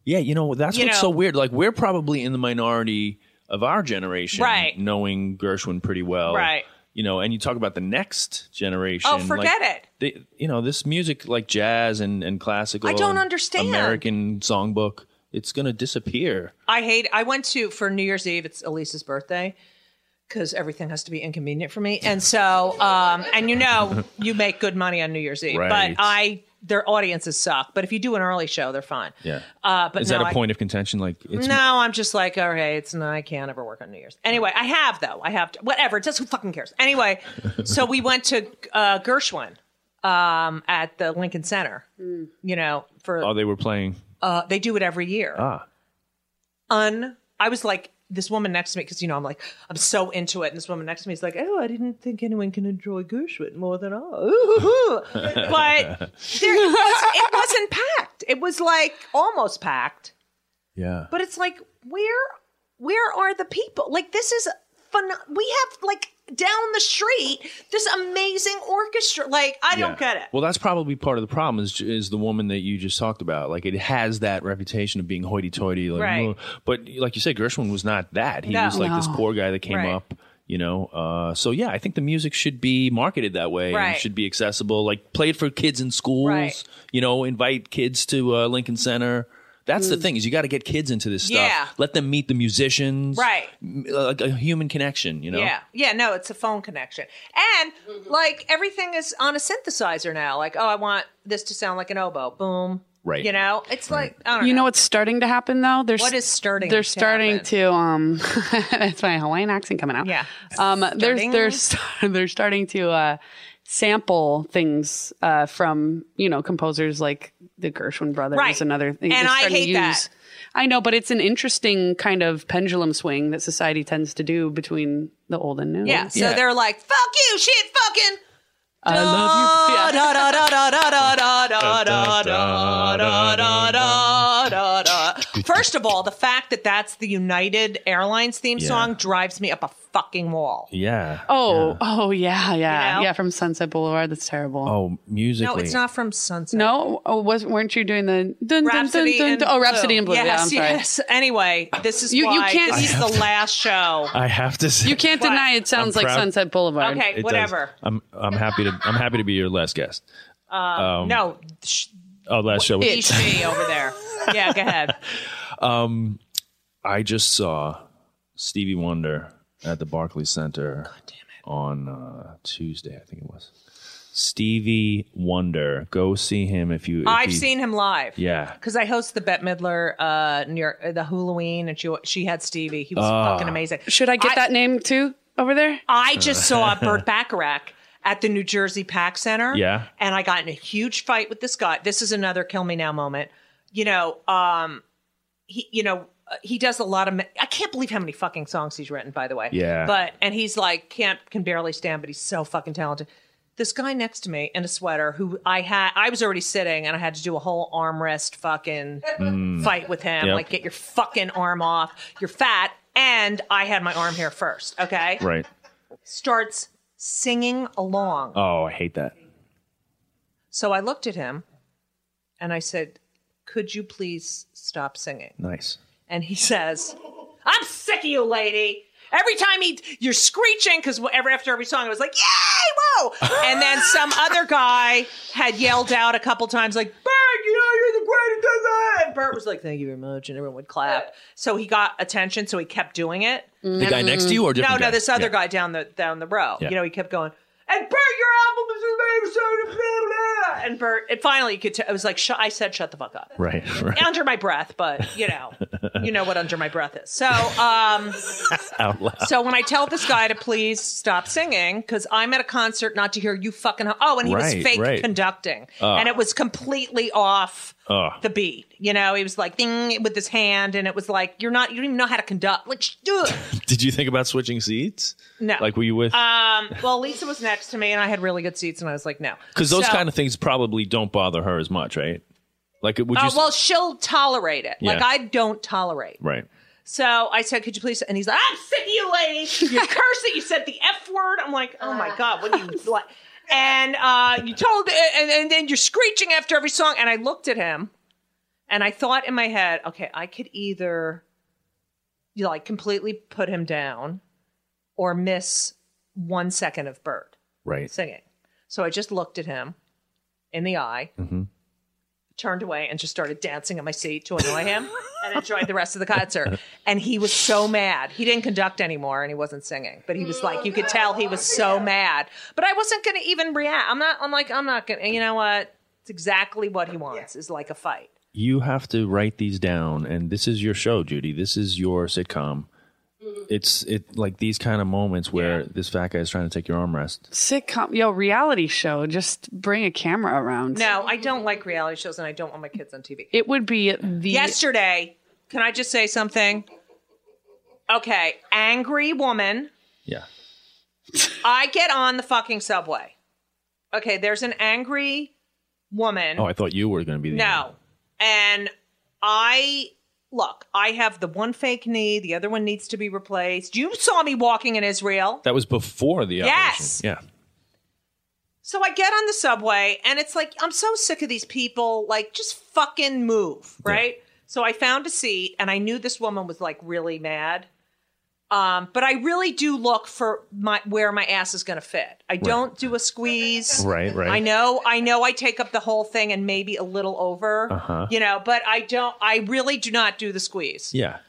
Speaker 4: Yeah, you know that's
Speaker 1: You
Speaker 4: what's
Speaker 1: know.
Speaker 4: so weird. Like we're probably in the minority of our generation,
Speaker 1: Right.
Speaker 4: Knowing Gershwin pretty well,
Speaker 1: Right.
Speaker 4: You know, and you talk about the next generation.
Speaker 1: Oh, forget it.
Speaker 4: They, you know, this music like jazz and and classical.
Speaker 1: I don't
Speaker 4: and
Speaker 1: understand.
Speaker 4: American songbook. It's gonna disappear.
Speaker 1: I hate. I went to for New Year's Eve. It's Elisa's birthday because everything has to be inconvenient for me, and so um, and you know you make good money on New Year's Eve,
Speaker 4: Right.
Speaker 1: but I their audiences suck. But if you do an early show, they're fine.
Speaker 4: Yeah.
Speaker 1: Uh, but
Speaker 4: Is
Speaker 1: no,
Speaker 4: that a
Speaker 1: I-
Speaker 4: point of contention? Like it's
Speaker 1: no, I'm just like, all right, it's no, I can't ever work on New Year's. Anyway, I have though. I have to, whatever. It does. Who fucking cares? Anyway, so we went to uh, Gershwin um, at the Lincoln Center. You know, for
Speaker 4: Oh, they were playing.
Speaker 1: uh, they do it every year.
Speaker 4: Ah.
Speaker 1: Un, I was like, this woman next to me, because you know I'm like I'm so into it, and this woman next to me is like, "Oh, I didn't think anyone can enjoy Gershwin more than I." Ooh, but there, it, was, it wasn't packed. It was like almost packed,
Speaker 4: Yeah.
Speaker 1: but it's like where where are the people? Like this is fun. We have like down the street this amazing orchestra. Like I don't
Speaker 4: Yeah.
Speaker 1: get it.
Speaker 4: Well, that's probably part of the problem is is the woman that you just talked about. Like it has that reputation of being hoity-toity, like,
Speaker 1: Right.
Speaker 4: "Oh." but like you said, Gershwin was not that. He
Speaker 1: No.
Speaker 4: was like this
Speaker 3: No.
Speaker 4: poor guy that came
Speaker 1: Right.
Speaker 4: up. You know, uh, so yeah, I think the music should be marketed that way. And
Speaker 1: Right.
Speaker 4: should be accessible, like played for kids in schools.
Speaker 1: Right.
Speaker 4: You know, invite kids to uh, Lincoln Center. That's the thing is you got to get kids into this stuff.
Speaker 1: Mm. Yeah.
Speaker 4: Let them meet the musicians.
Speaker 1: Right.
Speaker 4: M- Like a human connection. You know.
Speaker 1: Yeah, yeah, no, it's a phone connection, and like everything is on a synthesizer now. Like, oh, I want this to sound like an oboe. Boom.
Speaker 4: Right.
Speaker 1: You know, it's like I don't
Speaker 3: You know
Speaker 1: know.
Speaker 3: what's starting to happen though? There's
Speaker 1: What is starting
Speaker 3: They're
Speaker 1: to
Speaker 3: starting
Speaker 1: happen?
Speaker 3: to um that's my Hawaiian accent coming out.
Speaker 1: Yeah.
Speaker 3: Um there's
Speaker 1: Starting.
Speaker 3: they're st- they're starting to uh sample things uh from, you know, composers like the Gershwin brothers
Speaker 1: Right.
Speaker 3: and other things.
Speaker 1: And
Speaker 3: They're
Speaker 1: I
Speaker 3: starting to
Speaker 1: hate that.
Speaker 3: use- I know, but it's an interesting kind of pendulum swing that society tends to do between the old and new.
Speaker 1: yeah. So
Speaker 4: Yeah.
Speaker 1: they're like, fuck you, shit, fucking. Ah,
Speaker 3: I love you. Yeah.
Speaker 1: Da, da, da, da, da, da, da, da, da, da, da, da, da, da, da. First of all, the fact that that's the United Airlines theme
Speaker 4: Yeah.
Speaker 1: song drives me up a fucking wall.
Speaker 4: Yeah.
Speaker 3: Oh, oh yeah, yeah.
Speaker 1: You know?
Speaker 3: Yeah, from Sunset Boulevard. That's terrible.
Speaker 4: Oh, musically.
Speaker 1: No, it's not from Sunset.
Speaker 3: No, oh, was, weren't you doing the dun, dun, dun,
Speaker 1: Rhapsody
Speaker 3: dun,
Speaker 1: and
Speaker 3: dun- oh Rhapsody and Blue?
Speaker 1: Yes,
Speaker 3: yeah, I'm sorry.
Speaker 1: yes. Anyway, this is
Speaker 3: You- you
Speaker 1: why
Speaker 3: can't-
Speaker 1: this is the last show.
Speaker 4: I have to say.
Speaker 3: You can't
Speaker 1: But-
Speaker 3: deny it sounds
Speaker 4: I'm
Speaker 3: like
Speaker 4: proud-
Speaker 3: Sunset Boulevard.
Speaker 1: Okay,
Speaker 4: It does.
Speaker 1: whatever.
Speaker 4: I'm I'm happy to I'm happy to be your last guest.
Speaker 1: No, sh-
Speaker 4: Oh, last show.
Speaker 1: he, she over there. Yeah, go ahead.
Speaker 4: I just saw Stevie Wonder at the Barclays Center on uh, Tuesday. I think it was Stevie Wonder. Go see him if you. If
Speaker 1: I've
Speaker 4: you-
Speaker 1: seen him live.
Speaker 4: Yeah.
Speaker 1: Because I host the Bette Midler, uh, New York, the Halloween, and she she had Stevie. He was fucking amazing.
Speaker 3: Should I get that name too over there?
Speaker 1: I just saw Burt Bacharach at the New Jersey Pack Center.
Speaker 4: Yeah.
Speaker 1: And I got in a huge fight with this guy. This is another kill me now moment. You know, um, he, you know, uh, he does a lot of. ma- I can't believe how many fucking songs he's written, by the way.
Speaker 4: Yeah.
Speaker 1: But and he's like can't can barely stand, but he's so fucking talented. This guy next to me in a sweater, who I had, I was already sitting, and I had to do a whole armrest fucking fight with him.
Speaker 4: Mm. Yep.
Speaker 1: Like, get your fucking arm off. You're fat, and I had my arm here first. Okay
Speaker 4: Right.
Speaker 1: starts singing along.
Speaker 4: Oh, I hate that.
Speaker 1: So I looked at him and I said, Could you please stop singing?
Speaker 4: Nice.
Speaker 1: And he says, I'm sick of you, lady. Every time he, you're screeching because ever after every song, I was like, "Yay, whoa!" And then some other guy had yelled out a couple times, like, "Bert, you know you're the greatest." da, da," And Bert was like, "Thank you very much," and everyone would clap. So he got attention, so he kept doing it.
Speaker 4: The guy next to you or
Speaker 1: No,
Speaker 4: different
Speaker 1: no,
Speaker 4: guy?
Speaker 1: this other
Speaker 4: Yeah.
Speaker 1: guy down the down the row.
Speaker 4: Yeah.
Speaker 1: You know, he kept going. And Bert, your album is amazing. so blah, blah, blah." And Bert, and finally, you could. T- I was like, sh- I said, shut the fuck up.
Speaker 4: Right. Right.
Speaker 1: Under my breath, but you know, you know what under my breath is. So, um,
Speaker 4: Out loud.
Speaker 1: so when I tell this guy to please stop singing because I'm at a concert not to hear you fucking. Oh, and he
Speaker 4: Right,
Speaker 1: was fake
Speaker 4: right. Oh.
Speaker 1: conducting, and it was completely off the beat. You know, he was like ding with his hand, and it was like you're not. You don't even know how to conduct. Like, sh- ugh.
Speaker 4: Did you think about switching seats?
Speaker 1: no.
Speaker 4: Like, were you with?
Speaker 1: Um, well, Lisa was next to me, and I had really good seats, and I was like, no,
Speaker 4: Because those
Speaker 1: So-
Speaker 4: kind of things probably don't bother her as much, right? Like, would you?
Speaker 1: Uh,
Speaker 4: s-
Speaker 1: well, she'll tolerate it. Like
Speaker 4: Yeah.
Speaker 1: I don't tolerate.
Speaker 4: right.
Speaker 1: So I said, "Could you please?" And he's like, "I'm sick of you, lady. You're cursing. You said the f word." I'm like, "Oh my god, what do you like?" And uh, you told, and, and then you're screeching after every song. And I looked at him, and I thought in my head, "Okay, I could either, you know, like, completely put him down, or miss one second of Bird."
Speaker 4: Right.
Speaker 1: singing. So I just looked at him in the eye, turned away, and just started dancing in my seat to annoy him and enjoyed the rest of the concert. And he was so mad. He didn't conduct anymore and he wasn't singing, but he was like, you could tell he was so mad. But I wasn't going to even react. I'm not, I'm like, I'm not going to, you know what? It's exactly what he wants is like a fight.
Speaker 4: you have to write these down and this is your show judy this is your sitcom
Speaker 1: Mm-hmm.
Speaker 4: it's it like these kind of moments where this fat guy is trying to take your armrest
Speaker 3: Sitcom, yo, reality show. Just bring a camera around.
Speaker 1: No, I don't like reality shows and I don't want my kids on TV.
Speaker 3: It would be the
Speaker 1: Yesterday, can I just say something? Okay, angry woman.
Speaker 4: Yeah.
Speaker 1: I get on the fucking subway. Okay, there's an angry woman.
Speaker 4: Oh, I thought you were going to be the
Speaker 1: No. And I look, I have the one fake knee, the other one needs to be replaced. You saw me walking in Israel.
Speaker 4: That was before the
Speaker 1: Yes.
Speaker 4: operation. Yeah.
Speaker 1: So I get on the subway and it's like I'm so sick of these people, like just fucking move, right? So I found a seat and I knew this woman was like really mad. Um, but I really do look for my where my ass is going to fit. I don't do a squeeze.
Speaker 4: Right, right.
Speaker 1: I know, I know I take up the whole thing and maybe a little over,
Speaker 4: Uh-huh.
Speaker 1: you know, but I don't, I really do not do the squeeze.
Speaker 4: Yeah.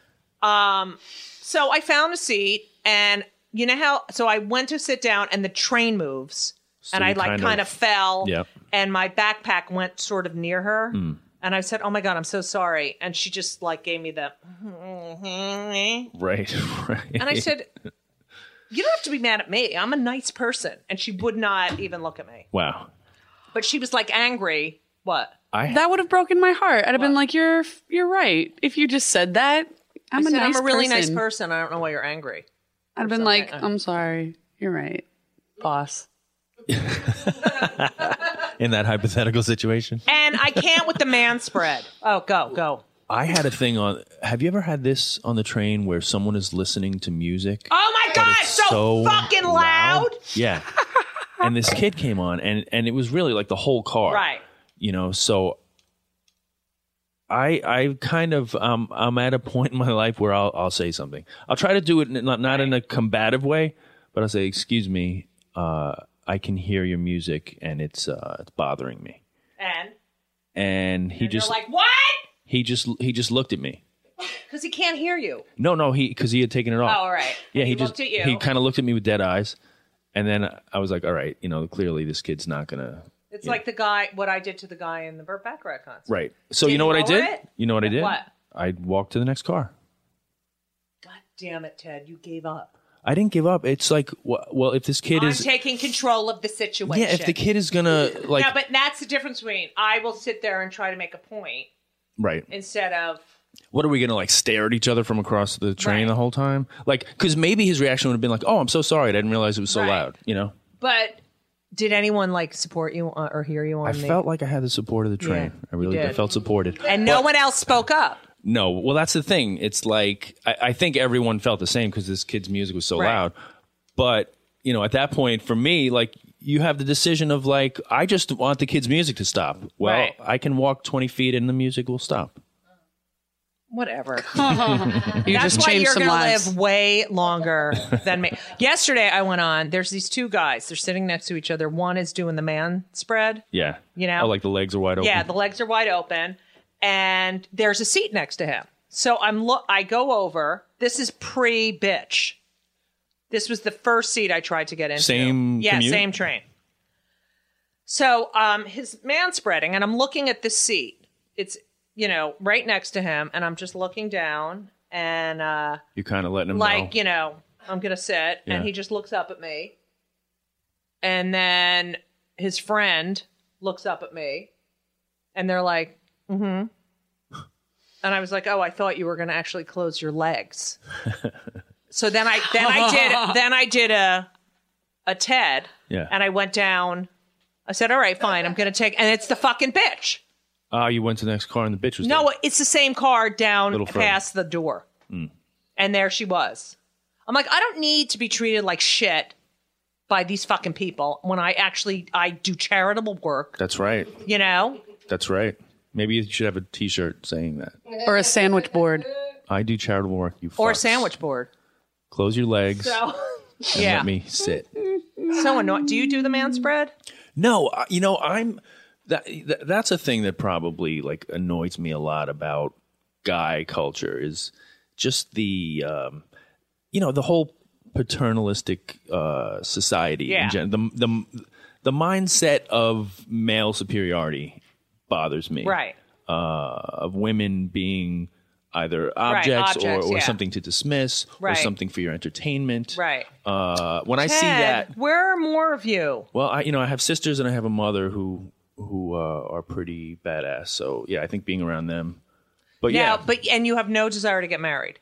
Speaker 1: So I found a seat and you know how, so I went to sit down and the train moves and
Speaker 4: you
Speaker 1: I like
Speaker 4: kind
Speaker 1: kind,
Speaker 4: of-
Speaker 1: of, fell
Speaker 4: Yep. Hmm.
Speaker 1: and my backpack went sort of near her. And I said, Oh my God, I'm so sorry. And she just like gave me the, "Mm-hmm."
Speaker 4: Right, right.
Speaker 1: and I said, You don't have to be mad at me. I'm a nice person. And she would not even look at me,
Speaker 4: wow.
Speaker 1: but she was like angry. What?
Speaker 4: I
Speaker 3: That would have broken my heart. I'd have been like, "You're you're right." If you just said that, I'm
Speaker 1: I
Speaker 3: a
Speaker 1: said,
Speaker 3: nice
Speaker 1: I'm a really
Speaker 3: person.
Speaker 1: nice person. I don't know why you're angry.
Speaker 3: I'd have been like, "I'm sorry. You're right, boss."
Speaker 4: in that hypothetical situation.
Speaker 1: And I can't with the man spread. Oh, go, go.
Speaker 4: I had a thing on Have you ever had this on the train where someone is listening to music?
Speaker 1: Oh my
Speaker 4: but
Speaker 1: God,
Speaker 4: it's
Speaker 1: so, fucking loud.
Speaker 4: Yeah. and this kid came on and and it was really like the whole car.
Speaker 1: Right.
Speaker 4: You know, so I I kind of um I'm at a point in my life where I'll I'll say something. I'll try to do it in- not not in a combative way, but I'll say, "Excuse me, uh I can hear your music and it's uh it's bothering me."
Speaker 1: And
Speaker 4: And he
Speaker 1: you're
Speaker 4: just
Speaker 1: like, What?
Speaker 4: he just he just looked at me.
Speaker 1: Because he can't hear you.
Speaker 4: No, no, he because he had taken it off.
Speaker 1: Oh, all right.
Speaker 4: Yeah, he,
Speaker 1: he
Speaker 4: just
Speaker 1: looked at you.
Speaker 4: he kind of looked at me with dead eyes, and then I was like, "All right, you know, clearly this kid's not gonna."
Speaker 1: It's like the guy, what I did to the guy in the Burt Bacharach concert.
Speaker 4: Right. So
Speaker 1: Did
Speaker 4: you know what I
Speaker 1: you
Speaker 4: did?
Speaker 1: lower it?
Speaker 4: You know what I did?
Speaker 1: What?
Speaker 4: I walked to the next car.
Speaker 1: God damn it, Ted. You gave up.
Speaker 4: I didn't give up. It's like, wh- well, if this kid
Speaker 1: I'm
Speaker 4: is,
Speaker 1: taking control of the situation.
Speaker 4: yeah, if the kid is gonna like,
Speaker 1: no, but that's the difference between I will sit there and try to make a point
Speaker 4: right?
Speaker 1: instead of
Speaker 4: What are we gonna like stare at each other from across the train
Speaker 1: Right.
Speaker 4: the whole time? Like, because maybe his reaction would have been like, "Oh, I'm so sorry. I didn't realize it was so
Speaker 1: Right.
Speaker 4: loud." You know.
Speaker 1: But did anyone like support you uh, or hear you on
Speaker 4: I
Speaker 1: the-
Speaker 4: felt like I had the support of the train.
Speaker 1: Yeah,
Speaker 4: I really
Speaker 1: you
Speaker 4: I
Speaker 1: did.
Speaker 4: felt supported.
Speaker 1: and no one else spoke up.
Speaker 4: No, well, that's the thing. It's like I, I think everyone felt the same because this kid's music was so
Speaker 1: Right.
Speaker 4: loud. But you know, at that point, for me, like you have the decision of like I just want the kid's music to stop. Well,
Speaker 1: Right.
Speaker 4: I can walk twenty feet and the music will stop.
Speaker 1: Whatever.
Speaker 3: You
Speaker 1: That's
Speaker 3: just
Speaker 1: why
Speaker 3: changed
Speaker 1: you're
Speaker 3: some
Speaker 1: gonna
Speaker 3: lives.
Speaker 1: live way longer than me. Yesterday, I went on. There's these two guys. They're sitting next to each other. One is doing the man spread.
Speaker 4: Yeah,
Speaker 1: You know?
Speaker 4: oh, like the legs are wide open.
Speaker 1: Yeah, the legs are wide open, and there's a seat next to him. So I'm look. I go over. This is pre bitch. This was the first seat I tried to get into.
Speaker 4: Same
Speaker 1: yeah,
Speaker 4: commute?
Speaker 1: same train. So um, his man spreading, and I'm looking at this seat. It's you know right next to him, and I'm just looking down, and uh,
Speaker 4: you're kind of letting them
Speaker 1: like
Speaker 4: know.
Speaker 1: you know i'm gonna sit
Speaker 4: Yeah.
Speaker 1: and he just looks up at me and then his friend looks up at me and they're like mm-hmm and i was like oh i thought you were gonna actually close your legs so then i then i did then i did a a ted
Speaker 4: Yeah.
Speaker 1: and i went down i said all right fine i'm gonna take and it's the fucking bitch
Speaker 4: Ah, you went to the next car and the bitch was
Speaker 1: no,
Speaker 4: there.
Speaker 1: it's the same car down
Speaker 4: Little Mm. further.
Speaker 1: past the door. And there she was. I'm like, I don't need to be treated like shit by these fucking people when I actually I do charitable work,
Speaker 4: That's right.
Speaker 1: you know?
Speaker 4: That's right. Maybe you should have a T-shirt saying that.
Speaker 3: or a sandwich board.
Speaker 4: I do charitable work. You
Speaker 1: Or a
Speaker 4: fucks.
Speaker 1: sandwich board.
Speaker 4: Close your legs
Speaker 1: So
Speaker 4: and
Speaker 1: yeah.
Speaker 4: let me sit.
Speaker 1: so annoying. Do you do the man spread?
Speaker 4: No, I- you know, I'm that, that that's a thing that probably like annoys me a lot about guy culture is just the um you know, the whole paternalistic uh society
Speaker 1: Yeah.
Speaker 4: in gen- the the the mindset of male superiority bothers me.
Speaker 1: Right.
Speaker 4: Uh of women being either objects,
Speaker 1: objects,
Speaker 4: or, or
Speaker 1: yeah.
Speaker 4: something to dismiss or
Speaker 1: Right.
Speaker 4: something for your entertainment.
Speaker 1: Right.
Speaker 4: Uh when I see
Speaker 1: Ted,
Speaker 4: that
Speaker 1: where are more of you?
Speaker 4: well, I you know I have sisters and I have a mother who who uh, are pretty badass. So yeah, I think being around them. But yeah,
Speaker 1: but and you have no desire to get married.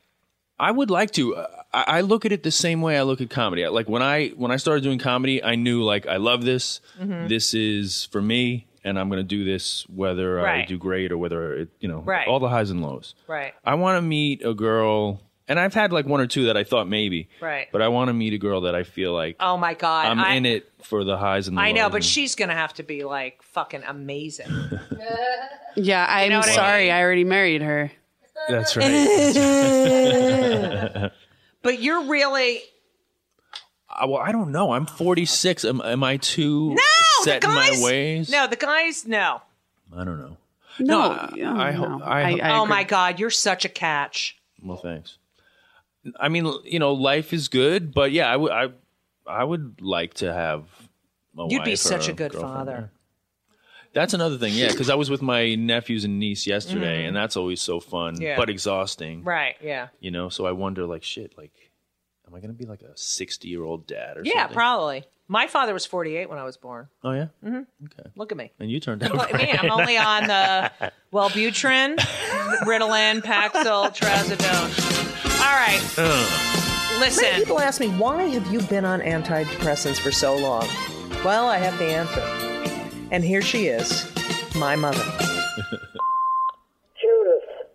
Speaker 4: I would like to. Uh, I, I look at it the same way I look at comedy. I- Like when I when I started doing comedy, I knew like I love this.
Speaker 1: Mm-hmm.
Speaker 4: This is for me, and I'm going to do this whether I
Speaker 1: Right.
Speaker 4: do great or whether it you know
Speaker 1: Right.
Speaker 4: all the highs and lows.
Speaker 1: Right.
Speaker 4: I want to meet a girl, and I've had like one or two that I thought maybe.
Speaker 1: Right.
Speaker 4: But I want to meet a girl that I feel like
Speaker 1: Oh my god.
Speaker 4: I'm
Speaker 1: I-
Speaker 4: in it for the highs and the
Speaker 1: I
Speaker 4: lows.
Speaker 1: know, but
Speaker 4: and-
Speaker 1: she's gonna have to be like fucking amazing.
Speaker 3: Yeah, I'm
Speaker 1: know what I
Speaker 3: sorry.
Speaker 1: mean?
Speaker 3: I already married her.
Speaker 4: That's right.
Speaker 1: But you're really
Speaker 4: I, well, I don't know. I'm 46. Am, am I too
Speaker 1: no
Speaker 4: set
Speaker 1: Oh, the guys.
Speaker 4: in my ways?
Speaker 1: No, the guys. No.
Speaker 4: I don't know.
Speaker 3: No,
Speaker 4: I-
Speaker 3: yeah,
Speaker 4: I hope-
Speaker 3: no.
Speaker 4: I hope-
Speaker 1: Oh my god, you're such a catch.
Speaker 4: Well, thanks. I mean, you know, life is good, but yeah, I would, I, I would like to have. A
Speaker 1: You'd be
Speaker 4: wife or
Speaker 1: such a good
Speaker 4: girlfriend.
Speaker 1: father.
Speaker 4: That's another thing, yeah, because I was with my nephews and niece yesterday, and that's always so fun,
Speaker 1: Mm-hmm. Yeah.
Speaker 4: but exhausting,
Speaker 1: Right? Yeah.
Speaker 4: you know. So I wonder, like, shit, like, am I gonna be like a sixty-year-old dad or
Speaker 1: Yeah,
Speaker 4: something?
Speaker 1: probably. My father was 48 when I was born.
Speaker 4: Oh yeah,
Speaker 1: Mm-hmm. Look at me.
Speaker 4: and you turned out.
Speaker 1: Look at
Speaker 4: great.
Speaker 1: me. I'm only on the Wellbutrin, Ritalin, Paxil, Trazodone. All right.
Speaker 8: Many
Speaker 1: Listen.
Speaker 8: people ask me, why have you been on antidepressants for so long? Well, I have the answer. And here she is, my mother.
Speaker 9: Judith,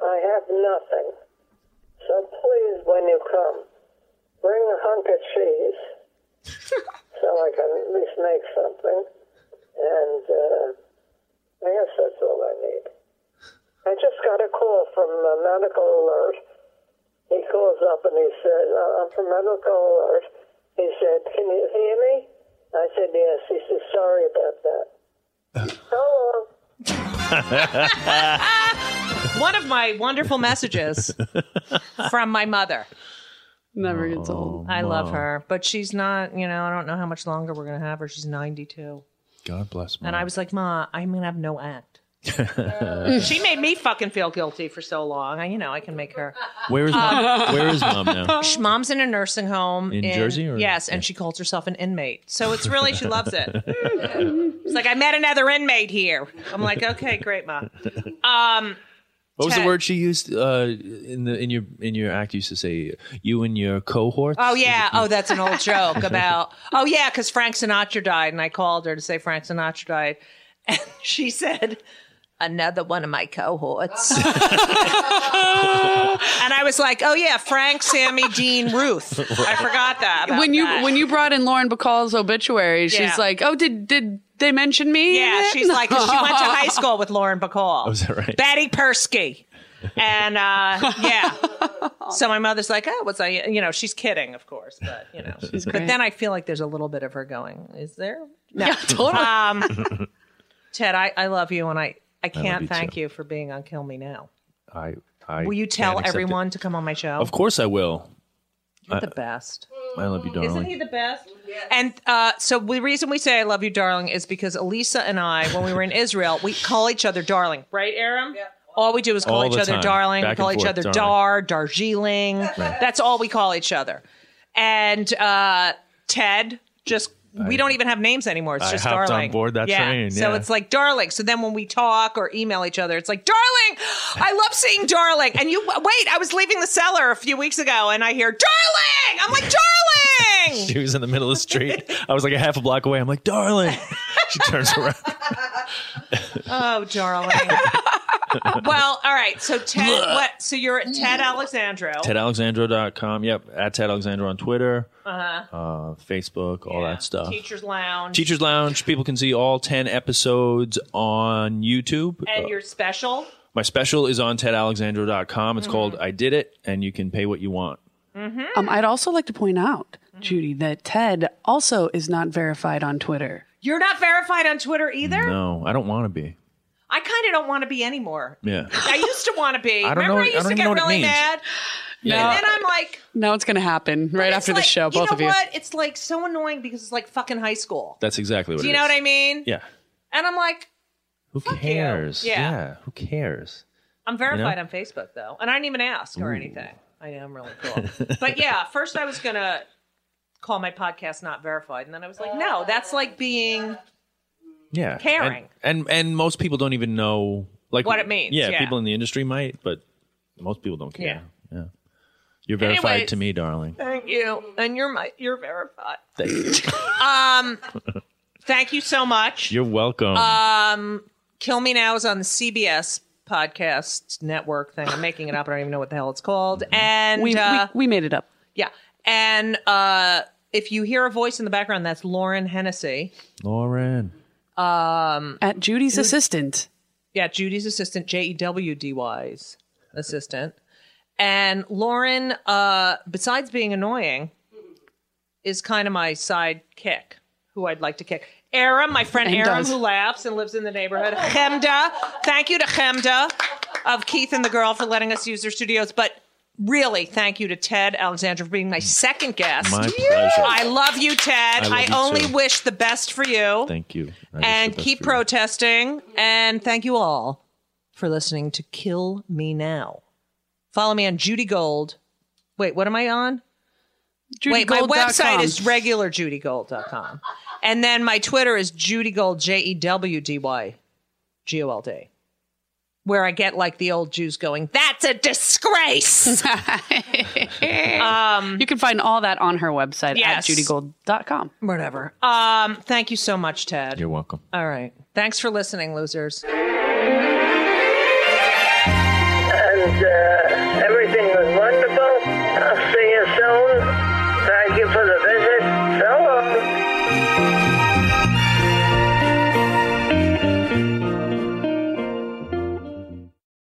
Speaker 9: I have nothing. So please, when you come, bring a hunk of cheese so I can at least make something. And uh, I guess that's all I need. I just got a call from uh, Medical Alert. He calls up and he said, uh, I'm from Medical Alert. He said, Can you hear me? I said, Yes. He said, Sorry about that. So long.
Speaker 1: One of my wonderful messages from my mother.
Speaker 3: Never gets old.
Speaker 1: I love her, but she's not, you know, I don't know how much longer we're going to have her. She's 92.
Speaker 4: God bless.
Speaker 1: And I was like, Ma, I'm going to have no act. she made me fucking feel guilty for so long. I, you know, I can make her.
Speaker 4: Where is mom? Where is mom now?
Speaker 1: Sh- Mom's in a nursing home
Speaker 4: In Jersey or-
Speaker 1: yes, and she calls herself an inmate. So it's really she loves it. She's like, I met another inmate here. I'm like, okay, great, ma.
Speaker 4: What was the
Speaker 1: Ted.
Speaker 4: word she used uh, in the in your in your act? You used to say you and your cohorts.
Speaker 1: Oh yeah, oh that's an old joke about. Oh yeah, because Frank Sinatra died, and I called her to say Frank Sinatra died, and she said. Another one of my cohorts. and I was like, oh, yeah, Frank, Sammy, Dean, Ruth. I forgot that. about
Speaker 3: When you
Speaker 1: that.
Speaker 3: when you brought in Lauren Bacall's obituary,
Speaker 1: Yeah.
Speaker 3: she's like, "Oh, did did they mention me?" in
Speaker 1: Yeah,
Speaker 3: it?"
Speaker 1: she's like 'cause she went to high school with Lauren Bacall.
Speaker 4: Oh, is that right?
Speaker 1: Betty Persky. And uh, yeah, so my mother's like, "Oh, was I?" You know, she's kidding, of course, but you know, she's. But
Speaker 3: great.
Speaker 1: then I feel like there's a little bit of her going, "Is there?" No,
Speaker 3: Yeah, totally.
Speaker 1: Ted, I, I love you, and I I can't
Speaker 4: you
Speaker 1: thank
Speaker 4: too.
Speaker 1: you for being on Kill Me Now.
Speaker 4: I, I
Speaker 1: Will you
Speaker 4: can't
Speaker 1: tell
Speaker 4: accept it.
Speaker 1: everyone to come on my show?
Speaker 4: Of course I will.
Speaker 1: You're the best.
Speaker 4: I love you, darling.
Speaker 1: Isn't he the best? And uh, so the reason we say I love you, darling, is because Elisa and I, when we were in Israel, we call each other darling, right, Aram? All we do is call
Speaker 4: All
Speaker 1: each
Speaker 4: the
Speaker 1: other
Speaker 4: time.
Speaker 1: darling.
Speaker 4: Back
Speaker 1: we
Speaker 4: and
Speaker 1: call each
Speaker 4: forth,
Speaker 1: other
Speaker 4: darling.
Speaker 1: Dar, Darjeeling. That's all we call each other. And uh, Ted, just we don't even have names anymore. It's
Speaker 4: I
Speaker 1: just
Speaker 4: hopped on
Speaker 1: darling.
Speaker 4: board that
Speaker 1: yeah.
Speaker 4: train,
Speaker 1: So
Speaker 4: yeah.
Speaker 1: it's like darling. So then when we talk or email each other, it's like darling. I love seeing darling. And you wait, I was leaving the cellar a few weeks ago, and I hear darling. I'm like darling.
Speaker 4: She was in the middle of the street. I was like a half a block away. I'm like, darling. She turns around.
Speaker 1: Oh, darling. well, all right. So Ted, what? So you're at Ted Alexandro.
Speaker 4: TedAlexandro.com. Yep. At Ted Alexandro on Twitter, uh-huh. Facebook, all that stuff.
Speaker 1: Teachers Lounge.
Speaker 4: Teacher's Lounge. People can see all 10 episodes on YouTube.
Speaker 1: and
Speaker 4: Uh,
Speaker 1: your special.
Speaker 4: My special is on TedAlexandro.com.
Speaker 1: Mm-hmm.
Speaker 4: It's called I Did It, and you can pay what you want.
Speaker 3: um, I'd also like to point out,
Speaker 1: Mm-hmm.
Speaker 3: Judy, that Ted also is not verified on Twitter.
Speaker 1: You're not verified on Twitter either.
Speaker 4: No, I don't want to be.
Speaker 1: I kind of don't want to be anymore.
Speaker 4: Yeah.
Speaker 1: I used to want to be.
Speaker 4: I don't
Speaker 1: Remember,
Speaker 4: know-
Speaker 1: I
Speaker 4: I
Speaker 1: used
Speaker 4: don't
Speaker 1: to
Speaker 4: even
Speaker 1: get
Speaker 4: know what it
Speaker 1: really
Speaker 4: means.
Speaker 1: mad, and then I'm like,
Speaker 3: Now it's going to happen right
Speaker 1: it's
Speaker 3: after
Speaker 1: like,
Speaker 3: the show, both
Speaker 1: you know
Speaker 3: of you.
Speaker 1: What? It's like so annoying because it's like fucking high school.
Speaker 4: That's exactly what
Speaker 1: Do
Speaker 4: it
Speaker 1: you know
Speaker 4: is.
Speaker 1: what I mean?
Speaker 4: Yeah.
Speaker 1: And I'm like,
Speaker 4: Who
Speaker 1: you.
Speaker 4: cares?
Speaker 1: Yeah.
Speaker 4: Who cares?
Speaker 1: I'm verified on Facebook though, and I didn't even ask or anything. I know I'm really cool, but yeah. First, I was gonna call my podcast not verified, and then I was like, no, that's like being
Speaker 4: Yeah.
Speaker 1: Caring.
Speaker 4: And, and and most people don't even know like
Speaker 1: What it means,
Speaker 4: Yeah,
Speaker 1: yeah.
Speaker 4: people in the industry might, but most people don't care. Yeah. You're verified
Speaker 1: Anyways.
Speaker 4: to me, darling.
Speaker 1: Thank you. And you're my you're verified.
Speaker 4: Thank you.
Speaker 1: Thank you so much.
Speaker 4: You're welcome.
Speaker 1: Uh, Kill Me Now is on the CBS podcast network thing. I'm making it up. I don't even know what the hell it's called. And
Speaker 3: We,
Speaker 1: uh,
Speaker 3: we, we made it up.
Speaker 1: yeah. And uh, if you hear a voice in the background, that's Lauren Hennessy.
Speaker 4: Lauren.
Speaker 3: At Judy's assistant.
Speaker 1: Yeah, Judy's assistant, J E W D Y's assistant. And Lauren, uh, besides being annoying, is kind of my sidekick who I'd like to kick. Aram, my friend
Speaker 3: And
Speaker 1: Aram,
Speaker 3: does.
Speaker 1: who laughs and lives in the neighborhood. Chemda, thank you to Chemda of Keith and the Girl for letting us use their studios. But really, thank you to Ted Alexander for being my second guest.
Speaker 4: My pleasure.
Speaker 1: I love you, Ted.
Speaker 4: love
Speaker 1: I,
Speaker 4: you
Speaker 1: only
Speaker 4: too.
Speaker 1: wish the best for you
Speaker 4: Thank you. I wish
Speaker 1: and
Speaker 4: the best
Speaker 1: keep
Speaker 4: for you.
Speaker 1: protesting. And thank you all for listening to Kill Me Now. Follow me on Judy Gold. Wait, what am I on? Wait, my website
Speaker 3: JudyGold.com.
Speaker 1: is regularjudygold.com. And then my Twitter is Judy Gold, J E W D Y G O L D, where I get like the old Jews going, that's a disgrace.
Speaker 3: You can find all that on her website
Speaker 1: Yes.
Speaker 3: at judygold.com.
Speaker 1: Whatever. Um, thank you so much, Ted.
Speaker 4: You're welcome.
Speaker 1: All right. Thanks for listening, losers.
Speaker 9: And uh,